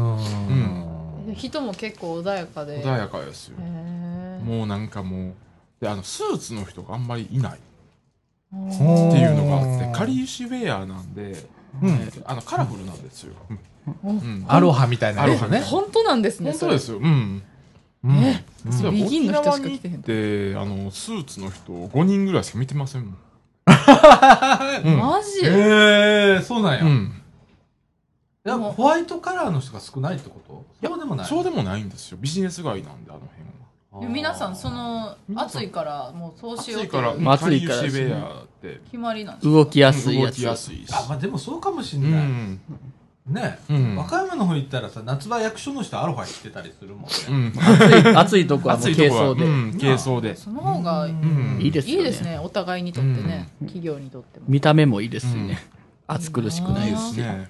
A: ん
C: で人も結構穏やかで
D: 穏やかですよ
C: へー
D: もうなんかもうであのスーツの人があんまりいない
A: ほー
D: っていうのがあってかりゆしウェアなんで、
A: うん
D: あのカラフルなんですよ、うん
A: アロハみたいなやつ
D: アロハ
A: ね
C: 本当なんですね
D: 本当
C: それ
D: ですようん
A: うん
C: え
D: そうや
C: ビギン
D: 沖
C: の人
D: 縄
C: しか
D: に
C: 来てへ
D: 行
C: ん
D: ってあのスーツの人5人ぐらいしか見てませんもん、うん
C: マジ
A: へえそうなん
D: う
A: や
D: ん
A: でもホワイトカラーの人が少ないってことそうでもない
D: そうでもないんですよビジネス街なんであの辺は
A: あ
C: で
A: ー
C: 皆さんその暑いからもうそうしよ
D: 暑
C: う
D: い
C: とい
D: から
C: う
B: まあ暑い
D: か
B: かららで
D: ウ
B: すね
D: ェアって
C: 決まりなんです
B: 動きやすい
D: 動
B: や
D: き
B: つ
D: やすいし
A: あまあでもそうかもし
D: うん
A: ない
D: ん
A: ね
D: うん
A: 和歌山の方行ったらさ夏場役所の人アロハ着てたりするもんね
D: うん
B: 暑い 暑いとこはもう
D: 暑い
B: 軽
D: とこは
B: 装で、
D: うん軽装で
C: その方が
D: うん
B: いいです
C: い
B: よ
C: い
B: ね
C: ですねお互いにとってね企業にとっても
B: 見た目もいいですしね、暑苦しくないで
D: いいですす
B: し、
D: ね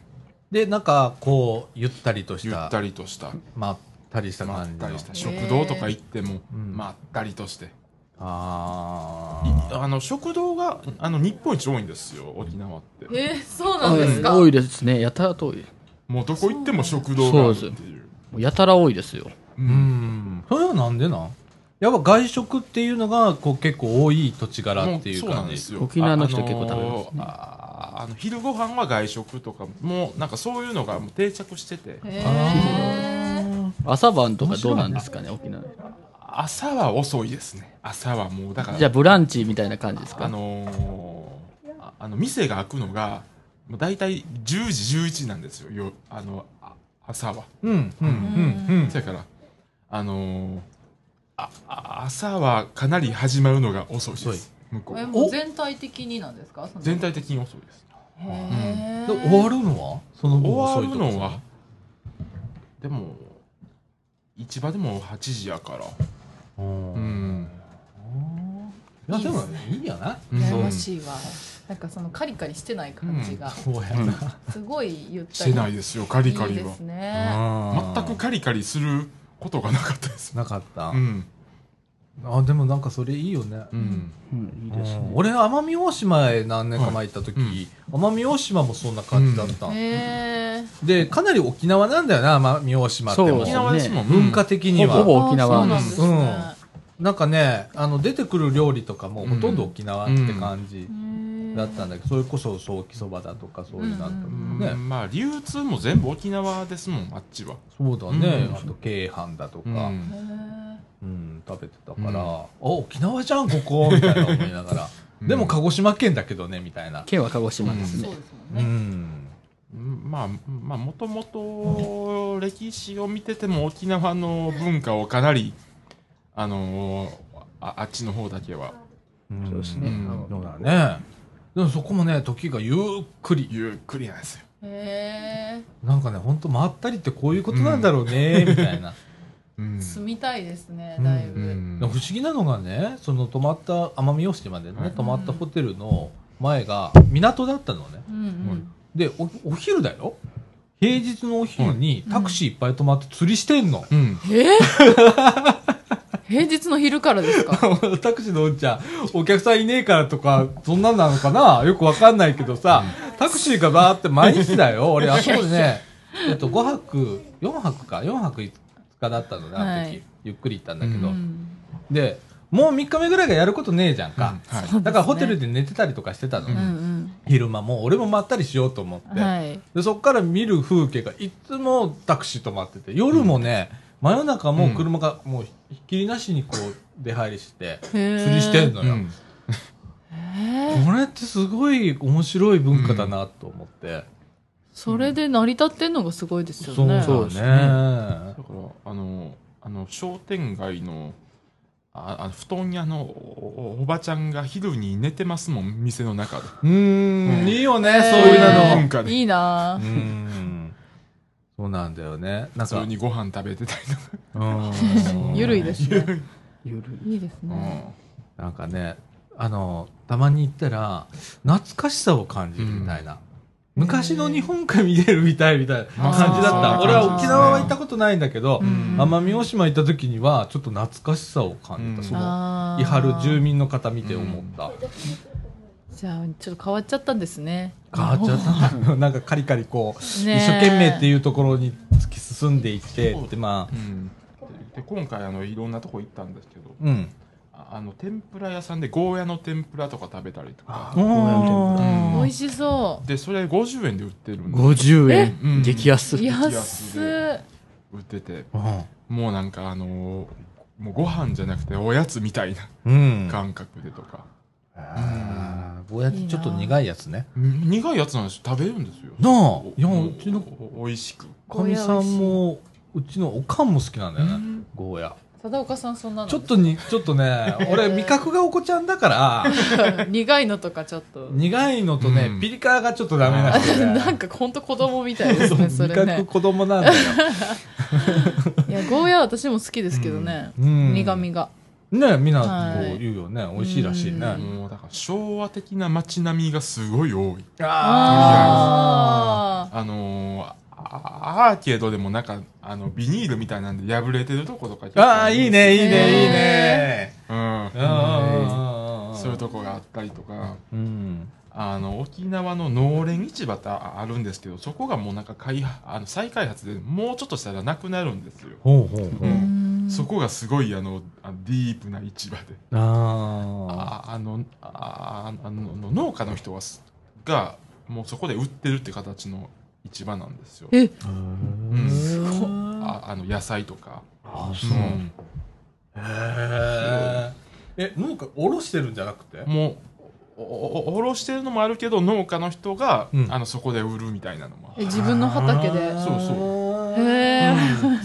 A: でなんかこうゆったりとし
D: ゆったたりとした
A: まったりした
D: ま
A: 感
D: っ
A: じ
D: た
A: の
D: りした食堂とか行ってもまったりとして
A: あ
D: い
A: ー
D: あの食堂があの日本一多いんですよ沖縄って
C: えーそうなんです
B: は
C: か
B: い多いですねやたら遠い
D: もうどこ行っても食堂があるって
B: そうで
D: いう
B: もうやたら多いですよ
D: う
A: うんんそれはなんでなんやっぱ外食っていうのがこう結構多い土地柄っていう
D: もそうなん
A: 感
D: で
A: じ
D: すよ
B: 沖縄の人結構食べますね
D: ああのああの昼ご飯は外食とかもうなんかそういうのがもう定着してて
C: へー
B: 朝晩とかどうなんですかね沖縄
D: 朝は遅いですね朝はもうだから
B: じゃあブランチみたいな感じですか
D: あのーああの店が開くのがもう大体10時11時なんですよよあのあ朝は
A: うんうんうんうん
D: だからあのーああ朝はかなり始まるのが遅いで
A: 遅い
D: す向こ
C: え
D: う
C: もう全体的になんですかその
D: 全体的に遅いです
C: へ
A: で
C: ー
A: 終わるのはその分遅
D: 終
A: い
D: わ
A: と
D: る
A: か
D: のはでも市場でも8時やからうん
A: いやでもいいよな
D: うん
C: 羨ましいわなんかそのカリカリしてない感じが、
A: そうやな
C: すごいゆった
D: して
C: り
D: ないですよカリカ
C: いい
D: リ
C: で
D: は
C: すね
D: 全くカリカリすることがなかったです
A: なかった
D: うん
A: あでもなんかそれいいよね
D: うん
B: うん、いいです
A: うん
B: ね。
A: 俺奄美大島へ何年か前行った時、
D: はい
A: 奄美大島もそんな感じだった、
C: へえ
A: でかなり沖縄なんだよな奄美大島って
B: そう
A: も
D: 沖縄ですもん
A: 文化的には
B: ほぼ沖縄
C: そうなんですね、
A: なんかねあの出てくる料理とかもほとんど沖縄って感じ
C: へえ
A: だったんだけど、それこそソーキそばだとかそういうのあったも
D: うん
A: んね、
D: まあ流通も全部沖縄ですもんあっちは
A: そうだね、
D: うん
A: あと京阪だとか、
D: う
A: うん
D: ん
C: へえ
A: 食べてたから、
D: うん
A: あ沖縄じゃんここみたいな思いながら、
D: うん
A: でも鹿児島県だけどねみたいな、
B: 県は鹿児島です
C: そ
B: ね
C: う。ですもん
A: う
C: ね、
A: ん、
D: まあまあもともと歴史を見てても沖縄の文化をかなりあのああっちの方だけは
B: そうですね。
D: うん
B: あの
A: そうだね。でもそこもね、時がゆっくり。
D: ゆっくりなんですよ
C: へ
A: なんかね、ほんと回ったりってこういうことなんだろう ね、みたいな。
D: うん
C: え住みたいですね
A: うん
C: だいぶ、
D: うん
A: でも不思議なのがね、その泊まった、奄美大島で
D: はい
A: ね、泊まったホテルの前が港だったのね。
C: うんうん
A: で、おお昼だよ。平日のお昼にタクシーいっぱい泊まって釣りしてんの。
D: うん
C: えー 平日の昼からですか
A: タクシーのおっちゃん、お客さんいねえからとか、そんなんなのかな よくわかんないけどさ、タクシーがバーって毎日だよ。俺、あそこでね、えっと、5泊、4泊か、4泊5日だったのね、あの時、
C: はい
A: ゆっくり行ったんだけ
C: う
A: ど、
C: ん
A: で、もう3日目ぐらいがやることねえじゃん
D: うん
A: か。
D: はい
A: だからホテルで寝てたりとかしてたの、
D: うん
C: うん
A: 昼間もう俺もまったりしようと思っ
C: うん
A: て、
C: はい
A: でそっから見る風景がいつもタクシー止まってて夜もね、真夜中も車がもうひっきりなしにこう出入りして
C: へー
A: 釣りしてんの
D: う
A: よ、
D: ん
C: へえ
A: これってすごい面白い文化だなと思って、
C: それで成り立ってんのがすごいですよ
A: そう
C: ね
A: そう
B: で
A: ね
B: すね
D: だからあのあの商店街のああの布団屋のおおおばちゃんが昼に寝てますもん店の中で
A: うー
D: うんん
A: いいよね、
C: へー
A: そういうの
D: 文化で
C: いいな
A: うーんそうなんだよねなん
D: 普
A: か
D: 通にご飯食べてたりとか、
A: うーん
C: ぁゆるいですね
B: 夜
C: いいですね
A: なんかねあのたまに行ったら懐かしさを感じるみたいな、昔の日本が見れるみたいみたいな
D: ま
A: 感じだっ
D: あ
A: た
D: ー
A: 俺は沖縄は行ったことないんだけど
C: う、ん
A: 奄美大島行った時にはちょっと懐かしさを感じた、
D: うん
A: その
C: あ
A: 伊
C: ー
A: 原住民の方見て思った、
C: じゃあちょっと変わっちゃったんですね
A: 変わっちゃ ったななんかカリカリこう
C: ねえ
A: 一生懸命っていうところに突き進んでいってってまあ
D: うんで今回あのいろんなとこ行ったんですけど
A: うん
D: ああの天ぷら屋さんでゴーヤの天ぷらとか食べたりとか
A: お
D: うん
C: 美味しそ
D: でそれ50円で売ってるんで
B: 50
D: うん
B: 円激安
C: う
D: 安
C: 安っ
D: 売ってて
A: ー
D: もうなんかあのーもうご飯じゃなくておやつみたいな
A: うん
D: 感覚でとか、
A: あーこうやってちょっと苦いやつね
D: うん苦いやつなんですよ食べるんですよ
A: なあ
D: お
A: いや
D: お
A: うちの
D: お美味しく
A: かみさんもうちのおかんも好きなんだよね、ゴーヤ
C: 貞岡さんそんなの
A: ちょっとにちょっとね俺味覚がお子ちゃんだから
C: 苦いのとかちょっと
A: 苦いのとね、
D: うん
A: ピリ辛がちょっとダメなんで、ね、
C: なんかほんと子供みたいですねそ
A: 味
C: れ
A: 覚
C: ね
A: 子供なん だよ、
C: いやゴーヤは私も好きですけどね
A: うん、
C: 苦味が
A: ねみんな
C: はい
A: こう言うよね、美味しいらしいね、
C: うん
A: あ
D: もうだから昭和的な街並みがすごい多い
A: あ
C: あ
D: あのーあアーケードでもなんかあのビニールみたいなんで破れてるとことか
A: ーあーいいねいいねいい
C: へ
A: ね
D: うん
A: うんうんうん
D: そういうとこがあったりとか
A: うん
D: あの沖縄の農連市場ってああるんですけどそこがもうなんか開発あの再開発でもうちょっとしたらなくなるんですよ、
A: ほうほうほ
D: う
A: うん
D: そこがすごいあのあディープな市場で
A: あ
D: ああのああのの農家の人はすがもうそこで売ってるって形の市場なんですよ
C: え
A: あ
D: うん
A: すごい
D: ああの野菜とか、
A: あ
D: う
A: そ
D: ん、
A: へーえ農家おろしてるんじゃなくて
D: もうおおおろしてるのもあるけど農家の人が、
A: うん
D: あのそこで売るみたいなのも
C: え自分の畑で
A: あー
D: そ
C: へ
D: う
C: え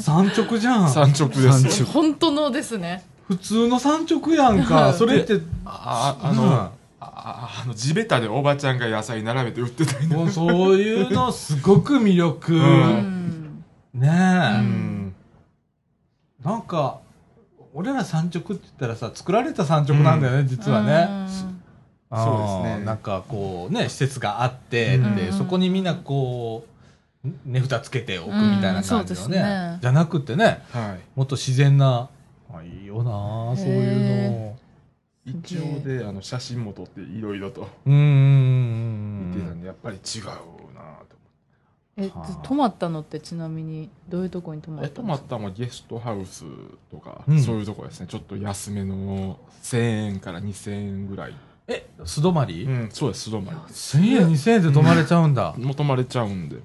A: 産直じゃん
D: 産直ですよ
C: 本当のですね
A: 普通の産直やんかそれって
D: あああの、
A: うん
D: あああの地べたでおばちゃんが野菜並べて売ってたり
A: もうそういうのすごく魅力、
D: う
C: うんん
A: ねえ、
D: う
C: うんん
A: なんか俺ら産直って言ったらさ、作られた産直なんだよね、実はね。
D: んそうですね
A: なんかこう、ね、施設があって、
D: うん
A: で、そこにみんなこう、ね、蓋つけておくみたいな感じ
C: うんそ
A: の
C: うです
A: ね。
C: ね
A: じゃなくってね、
D: はい
A: もっと自然な、あいいよなあそういうの。
D: 一応であの写真も撮っていろいろと
A: うー
D: 見てた
A: ん。
D: んでやっぱり違うなと
C: えっと泊まったのってちなみにどういうとこに泊ま
D: え
C: っ
D: と
C: た
D: ま
C: の
D: ったのはゲストハウスとか、
A: うん
D: そういうとこですねちょっと安めの1000円から2000円ぐらい、
A: え、素泊まり、
D: うん、そうです素泊まりです
A: ?1000 円、2000円で泊まれちゃうんだ。
D: もう泊まれちゃうんで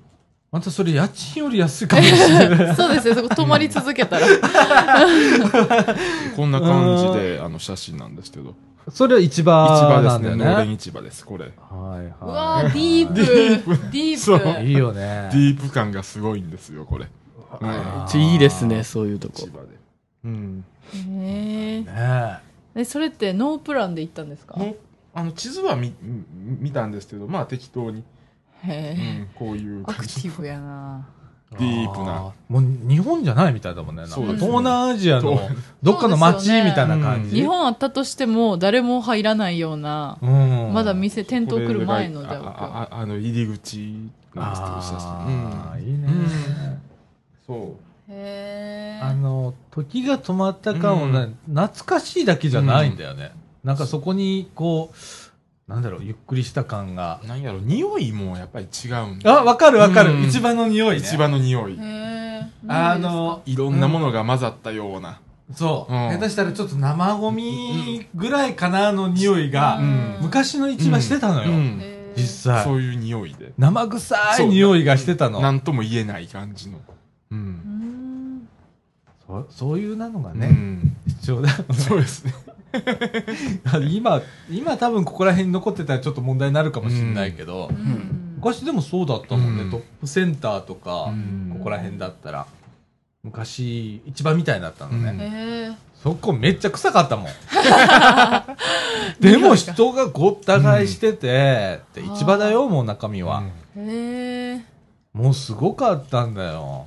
A: またそれ家賃より安いかもし れない。
C: そうですねそこ泊まり続け たら
D: こんな感じであの写真なんですけど市
A: それは市場
D: 場で
A: な
D: す
A: んだ
D: ね
A: よね。
D: 農連市場ですこれデ
A: はいうは
C: わーディープディ
D: そう
C: ープ
A: い。いいよね。
D: ィープ感がすごいんですよこれ、うん
A: あー
B: いいですね、そういうとこ
D: 市。場でうん
C: へー
A: ね
C: えそれってノープランで行ったんですか
D: のあの地図は見見見たんですけどまあ適当に、
C: へ
D: う
C: え
D: ん、こういう
C: ア
D: 感
C: クテ
D: じ
C: ィブやな
D: ディープな
A: あーもう日本じゃないみたいだもんねなんか
D: そう
C: ですね
A: 東南アジアの
D: そう
A: どっかの街みたいな感
D: うん
A: じ、
C: 日本あったとしても誰も入らないような
A: うん
C: まだ店店頭来る前の
D: こ
C: じ
D: れ
C: ゃ
D: が
C: あ
D: あああの入り口なんですけど写
A: ああ、
D: 真
A: いいね、
D: うんそう
C: へ
A: あの時が止まった感をね、懐かしいだけじゃないんだよね、なんかそこにこうなんだろうゆっくりした感が
D: なんやろ匂いもやっぱり違うんだ
A: あわかるわかる、
D: うん
A: 市場の匂い、ね、
D: 市場の匂い
C: えへえ
A: あの
D: いろんなものが混ざったような、
A: そう、
D: うん
A: 下手したらちょっと生ゴミぐらいかなの匂いが、
D: うん
A: 昔の市場してたのよ、
D: うん
A: 実際
D: そういう匂いで
A: 生臭い匂いがしてたの
D: 何とも言えない感じのうん、
A: そそういうなのが
D: う
A: ね、
D: ん、
A: 必要だよね
D: そうですね
A: 今今多分ここら辺に残ってたらちょっと問題になるかもしれないけど、昔でもそうだったもんね、
D: うん
A: トップセンターとか、
D: うん
A: ここら辺だったら昔市場みたいだったのね、
D: うん
C: え
A: そこめっちゃ臭かった もんでも人がごった返してて、
C: うん
A: で市場だよもう中身は、
C: へえ
A: もうすごかったんだよ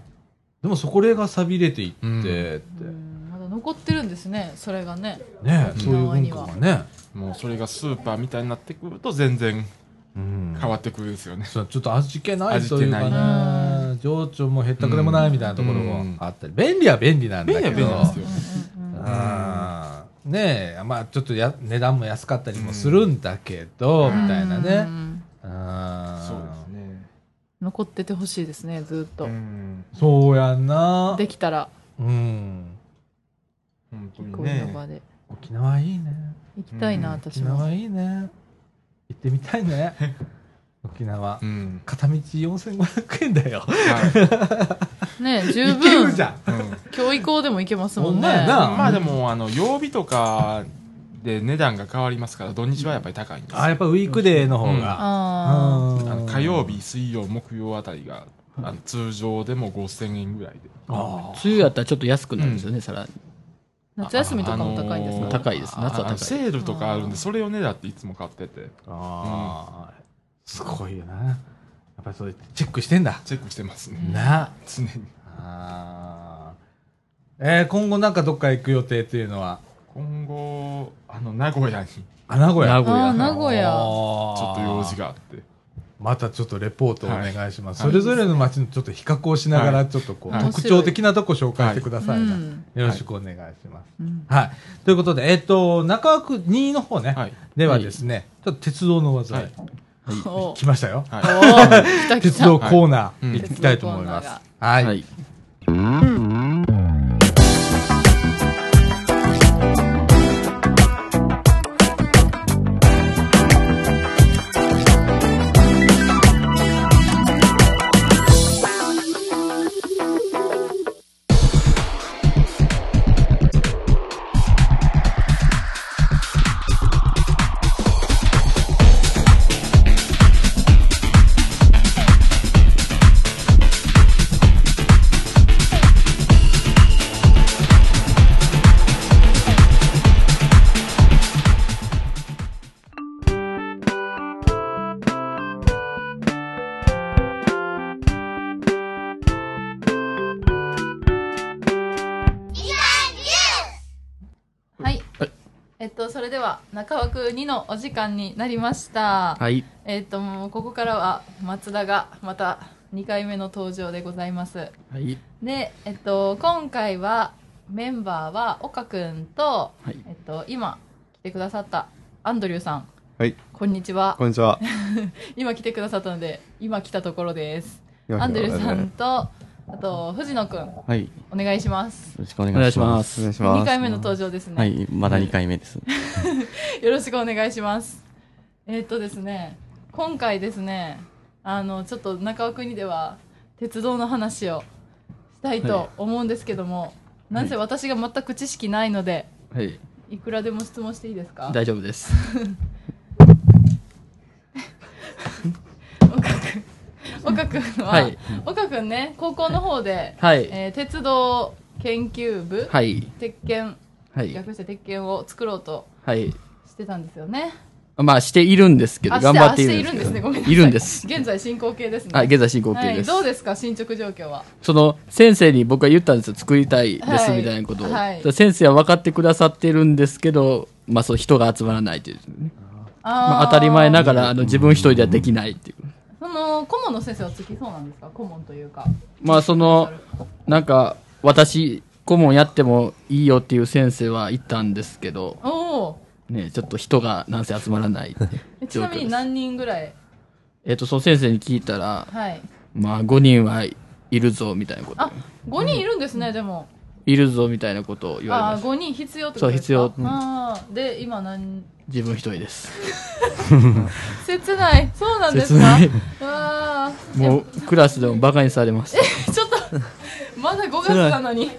A: でもそこらが錆びれていって、
D: うん
A: って
C: まだ残ってるんですねそれがね
A: ね
D: うん
A: そういう文化がね、
D: もうそれがスーパーみたいになってくると全然
A: うん、
D: 変わってくるんですよね、
A: そうちょっと味気ない
D: 味気
A: と
D: ない
A: いうかね情緒もへったくれもないみたいなところもあったり、便利は便利なんだけど
D: 便利は便利なんですよ
A: あーねえまあちょっとや値段も安かったりもするんだけど、
D: うん
A: みたいなね
C: うん
A: あー
D: そうですね
C: 残っててほしいですねずっと
D: うん
A: そうやんな
C: できたら
A: うん
D: 本当に
C: 憩いの
D: ね
C: 場で
A: 沖縄いいね
C: 行きたいな
D: うん
A: 沖
C: 私も
A: 縄いいね行ってみたいね沖縄
D: うん、
A: 片道4500円だよ
D: は
C: ね十
A: 行ける
C: 分
A: じゃん
D: いうん
C: 今日以降でも行けますもん
A: ほんまや
C: ね
A: な
D: まあでもあの曜日とかで値段が変わりますから土日はやっぱり高いんですよ
A: あやっぱウィークデーの方が、
C: あ
A: うん
D: あの火曜日水曜木曜あたりがあの通常でも5000円ぐらいで
A: あー
B: 梅雨やったらちょっと安くなるんですよね、さらに。
C: あ夏休みとかも高いんです
D: あ
C: か
D: のー
B: 高いです夏は高い
D: あのセールとかあるんでそれを狙っていつも買ってて
A: ああ、すごいよな。やっぱりそれチェックしてんだ。
D: チェックしてますね
A: な
D: 常に
A: あ。えー、今後なんかどっか行く予定っていうのは、
D: 今後あの名古屋にち
A: あ、名古屋。
B: 名古
C: あー名古屋
A: ょ
D: ょっと用事。があって
A: またちょっとレポートをお願いします。
D: はい
A: それぞれの街のちょっと比較をしなが
D: は
A: ら、
D: い
A: ちょっとこう、
D: はい
A: 特徴的なとこ紹介してくださいね、
C: はいうん
A: よろしくお願いします。
C: うん
A: はい。ということで、えっ、と、中川区2の方ね、
D: はい
A: ではですね、ちょっと鉄道の技、
D: はい
C: お
A: 来ましたよ。
D: はい
C: お ー来た来
A: 鉄
C: た
A: 道コーナ
D: は
A: ー
D: い
A: 行きたいと思います。
C: うん
A: はい。
B: はい。
A: はい。
C: えっと、それでは中枠2のお時間になりました。
B: はい。
C: えっと、もうここからは松田がまた2回目の登場でございます。
B: はい。
C: で、えっと、今回はメンバーは岡くんと、
B: はい
C: えっと、今来てくださったアンドリューさん、
E: はい、
C: こんにちは。
E: こんにちは。
C: 今来てくださったので、今来たところです。
E: ア
C: アンドリューさんと、あと藤野くん、
F: はい。よ
C: お願いします。
F: ろしくお
B: お願
F: 願
B: い
F: い
B: し
F: し
B: ま
F: ますす。
E: お願いします。
C: 2回目の登場ですね。
F: はい。まだ2回目です。
C: よろしくお願いします。えーっとですね、今回ですね、あの、ちょっと中尾国では鉄道の話をしたい
B: は
C: と
B: い
C: 思うんですけども、なんせ私が全く知識ないので、
B: はい。
C: いくらでも質問していいですか
B: 大丈夫です。
C: 岡くんは、
B: はい
C: 岡くんね、高校の方で、
B: はい。
C: えー鉄道研究部、
B: はい。
C: 鉄拳、
B: はい。
C: 略して鉄拳を作ろうと
B: はい。
C: してたんですよね。
B: まあ、しているんですけど、
C: あ
B: 頑張ってい
C: してあして
B: る
C: いる
B: ん
C: ん
B: で
C: ですす
B: け
C: ね、
B: ど。
C: ごめんなさい。
B: るんです。
C: 現在進行形ですね。
B: あ、現在進行形
C: は
B: で
C: い、
B: す。
C: どうですか、進捗状況は。
B: その、先生に僕は言ったんですよ。作りたいで
C: は
B: す、
C: い
B: みたいなことを。
C: はい
B: で先生は分かってくださってるんですけど、まあ、そう、人が集まらないという、ね。まあ、当たり前ながら、あの、自分一人ではできないっていう。
C: その顧問の先生はつきそうなんですか顧問というか
B: まあ、その、なんか、私、顧問やってもいいよっていう先生はいたんですけど、
C: おお
B: ね、ちょっと人がなんせ集まらないっていう
C: えち
B: 状
C: な
B: 況
C: み
B: で
C: に
B: す。
C: 何人ぐらい
B: えっと、その先生に聞いたら、
C: はい
B: まあ、5人はいるぞ、みたいなこと
C: あ。5人いるんですね、でも
B: いるぞ、みたいなことを言われ
C: あ
B: ま
C: あ
B: した。
C: 5人必要ってことですか
B: そう必要
C: ああで今何
B: 自分一人です。
C: 切ないそうなんです
B: 切
C: か
B: ない
C: わあ
B: もう、クラスでもバカにされます。
C: ちょっとまだ5月なのに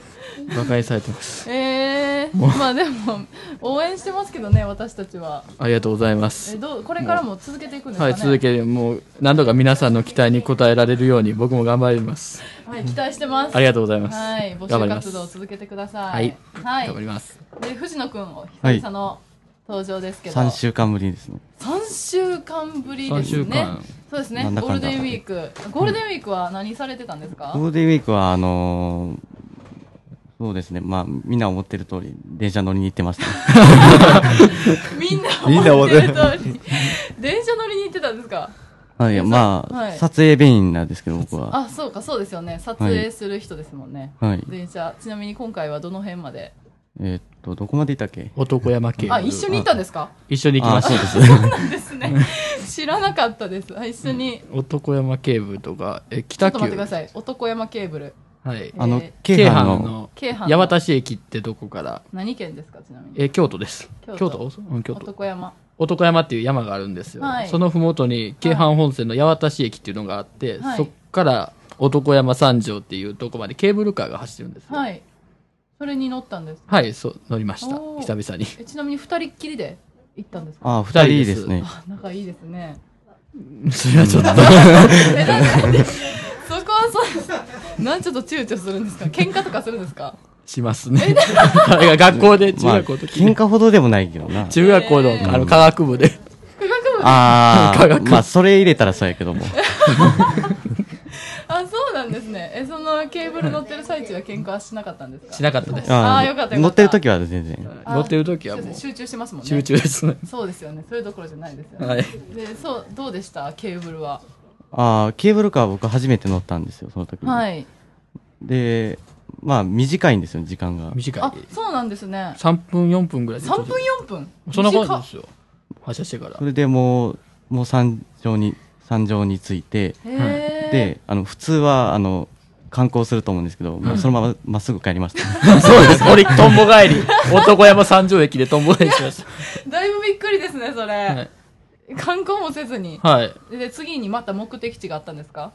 B: バカにされてます。
C: ええー、まあでも応援してますけどね私たちは
B: ありがとうございま
C: え
B: す。
C: どうこれからも続けていくんですか
B: は
C: ね
B: い、続けて、もう、何度か皆さんの期待に応えられるように、僕も頑張ります。
C: はい期待してます
B: ありがとうございます。
C: はい募
B: 頑張
C: 集
B: ります
C: 活動を続けてくださ
B: はい
C: い、はい
B: 頑張ります。
C: で藤野くんを
F: はい
C: 久々の登場ですけど、
F: 3週間ぶりですね。
C: 三週間ぶりで
B: 3
C: す
B: 週
C: ね
B: 間。
C: そうですね
F: なんだ
C: ゴ
F: か
C: ール
F: んだ
C: デンウィークゴールデンウィークは何されてたんですか、
F: ゴールデンウィークは、あのーそうですね。まあ、みんな思ってる通り、電車乗りに行ってました。
C: みんな
E: みんな
C: 思ってる通り 電車乗りに行ってたんですか
F: はい。まあ、
C: はい
F: 撮影便員なんですけど、僕は。
C: あそうかそうですよね撮影する人ですもんね、
F: はい。
C: 電車ちなみに今回はどの辺まで
F: えーっと、どこまでいたっけ
B: 男山系。
C: あ一緒に行ったんですか
B: 一緒に行き
F: あ
B: ま
F: あ、
B: し
F: そう
B: た。
F: です。は
C: です ね知らなかったですあ一緒に、
B: 男山警部とか、え、
C: ちょっ
B: 北
C: と
B: 九
C: 待ってください男山ケーブル
B: はい。
F: あの
C: えー、
F: 京阪
B: 阪
F: の、
B: の
C: 京阪の
B: 八幡市駅ってどこから
C: 何県ですかちなみに
B: えー京都です。
C: 京
B: 京
C: 都
B: 都うん、京都。
C: 男山
B: 男山っていう山があるんですよ。
C: はい
B: そのふもとに、京阪本線の八幡市駅っていうのがあって、
C: はい
B: そっから男山三条っていうとこまでケーブルカーが走ってるんですよ。。
C: はいいそれに乗ったんです
B: はい、そう、乗りました。
C: おー
B: 久々に。
C: えちなみに二人っきりで行ったんですか
F: あ、二人ですね。
C: あ仲いいですね
B: それはちょっと、
C: えなんか そこはそうなんちょっと躊躇するんですか喧嘩とかするんですか
B: しますね。あれが学校で、中
F: まあ、
B: 学校の時、
F: 喧嘩ほどでもないけどな。
B: 中学校
C: え
B: の、あの、科学部で。
F: あ
B: 科
F: あ、
B: 学
F: まあ、それ入れたらそうやけども。
C: あそうなんですねえそのケーブル乗ってる最中は喧嘩はしなかったんですか
B: しなかったです。
F: あ
C: あ
F: あ
C: ーよかったよかった
F: 乗ってる時は全然。
C: あ
B: 乗ってる時は
C: そう
B: も
C: で
B: う
C: す、ね集中してますもんね
B: 集中ですね。
C: そうですよねそれどころじゃないですよね、
B: はい。
C: でそうどうでしたケーブルは
F: ああ、ケーブルカー僕初めて乗ったんですよ、その時に。
C: はい
F: で、まあ、短いんですよ、時間が。
B: 短い
C: あ。そうなんですね
B: 3分、4分ぐらいでちょ
C: 3
B: うど
C: 分4分
B: そんなこと
C: 短
B: で
C: っ
B: すよ。発車してから
F: そ。れでもう、もう山上に、山上に着いて、
C: へえ
F: で、あの、普通は、あの、観光すると思うんですけど、もうそのまま、まっすぐ帰りまし た。
B: そうです。俺、トンボ帰 り。男山三条駅でトンボ帰りしまし
C: だいぶびっくりですねそれ、
B: た。はい。
C: 観光もせずに
B: はい。
C: で次にまた目的地があったんですか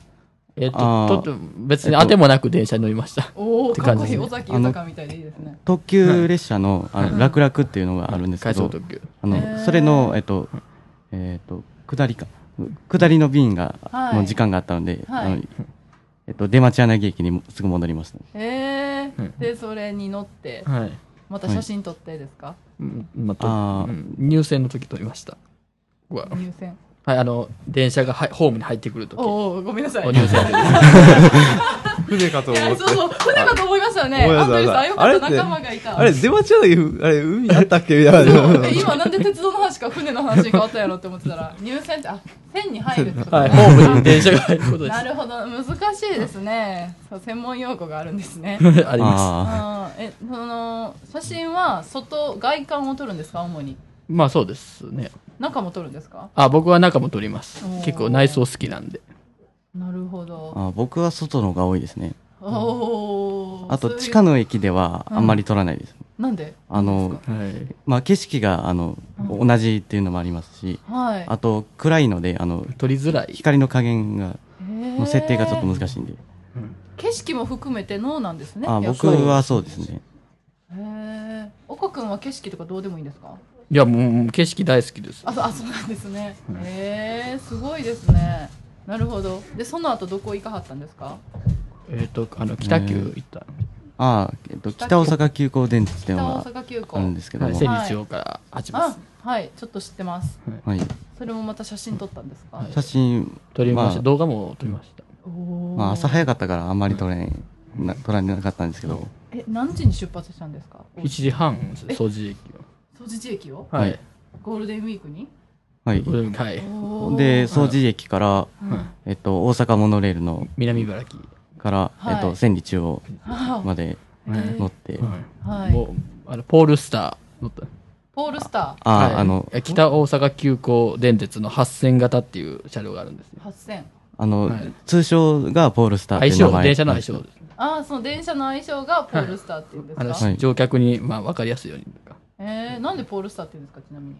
B: えっ
F: あー
B: と、とって別に当てもなく電車に乗りました。
C: おお
B: て
C: かっ
B: 感
C: こ
B: じ
C: い
B: です
C: い
B: ね
C: 尾崎豊みたいでいいですね
F: 特急列車の、あの、楽々っていうのがあるんですけ
B: 回送
F: ど、
B: 特急。
F: あ
C: へ
F: の、
C: ー
F: それの、えっと、えっと、下りか。下りの便が、
C: はい
F: の時間があったので、
C: はい
F: あの、えっと、出町柳駅にもすぐ戻りました。
C: へえでそれに乗って
B: はい。
C: また写真撮ってですか、
B: うんまあと
F: あー
B: うん入選の時撮りました。うわ
C: 入選
B: はい、あの、電車がはいホームに入ってくる時。
C: おおごめんなさい
B: お入選
E: 船かと
C: い
E: 思
C: や
E: って
C: そう。そう船かと思いましたよね
E: 思いま
C: ア
E: し
C: ン
E: た
C: トリーさんよ
E: あ
C: か
E: れ
C: っ
E: って
C: た仲間がいた
E: あれ、出待ちじゃない、あれ、海あったっけみたい
C: そう
E: な。
C: で 今なんで鉄道の話から船の話に変わったやろって思ってたら入線ってあ線に入るってこと
B: はい、
C: か
B: ホームに電車が入ることです。
C: なるほど難しいですねそう専門用語があるんですね
B: あります。
F: あ
C: あーえその写真は外外観を撮るんですか主に
B: まあそうですね。
C: 中も撮るんですか
B: あ、僕は中も撮ります
C: おー。
B: 結構内装好きなんで。
C: なるほ
F: ー
C: ど
F: あー僕は外の方が多いですね
C: おー
F: あ
C: そ
F: と
C: ういう
F: 地下の駅ではあんまり取らないです、
C: なんで
F: あの
B: はい。
F: まあ景色があの
C: う
F: 同じっていうのもありますし
C: はい
F: あと暗いのであの
B: 撮りづらい。
F: 光の加減が
C: へー
F: の設定がちょっと難しいんで、
C: 景色も含めてノーなんですね
F: あ
C: やっぱ
F: 僕
C: り
F: はそうですね
C: へえ岡君は景色とかどうでもいいんですか
B: いや、もうもう景色大好きです。
C: あそうあそうなんですねへえすごいですねなるほどでその後どこ行かはったんですか
B: えっと、あの、北急行った。
F: ああ、えっと、北大阪急行電鉄っていう
C: 北
F: の
C: 大
F: が
C: 阪急行
F: あるんですけど
B: はい、
F: も、
B: 千里町から始めま
C: あ
B: す。
C: はいちょっと知ってます
F: はい、
C: それもまた写真撮ったんですか、
F: 写真、
B: 撮りました。
F: まあ
B: 動画も撮りました。
C: おー
F: まあ、朝早かったからあんまり撮れんな撮られなかったんですけど、
C: え何時に出発したんですか
B: 1時半ですね、
C: え
B: 掃除駅を。
C: 掃除地駅を
B: は
F: はいい。
C: ゴールデンウィークに
F: はい。
B: これはい。
C: おー
F: で、掃除駅から、
C: うん
F: えっと、大阪モノレールの
B: 南茨城。
F: から、
C: はい
F: えっと、千里中央
C: あ
F: まで
C: ーへー
F: 乗って、
C: はい
B: もう、あの、ポールスター乗った。
C: ポールスタ
F: あ
B: はい
F: あ、あの、
B: 北大阪急行電鉄の8000型っていう車両があるんです
C: ー
B: よ。
C: 8000
F: あの
B: はい、
F: 通称がポールスターって
B: 相
F: いう名
B: 性、
F: 前。
B: 電車の相性です。
C: ああその電車の愛称がポールスターっていうんです
B: あ
C: か、
B: の、
F: はい
B: 乗客に、まあ、わかりやすいようにとか。
C: えー、なんでポールスターっていうんですかちなみに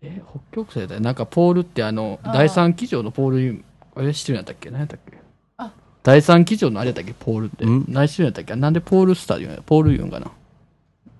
B: えー北極星だよ。なんか、ポールって、あの、
C: あー
B: 第三機場のポールに、あれ、知ってるんやったっけ何やったっけ
C: あ
B: 第三機場のあれやったっけポールって。
F: ん
B: 何してるんやったっけなんでポールスター言うんやポール言うんかな。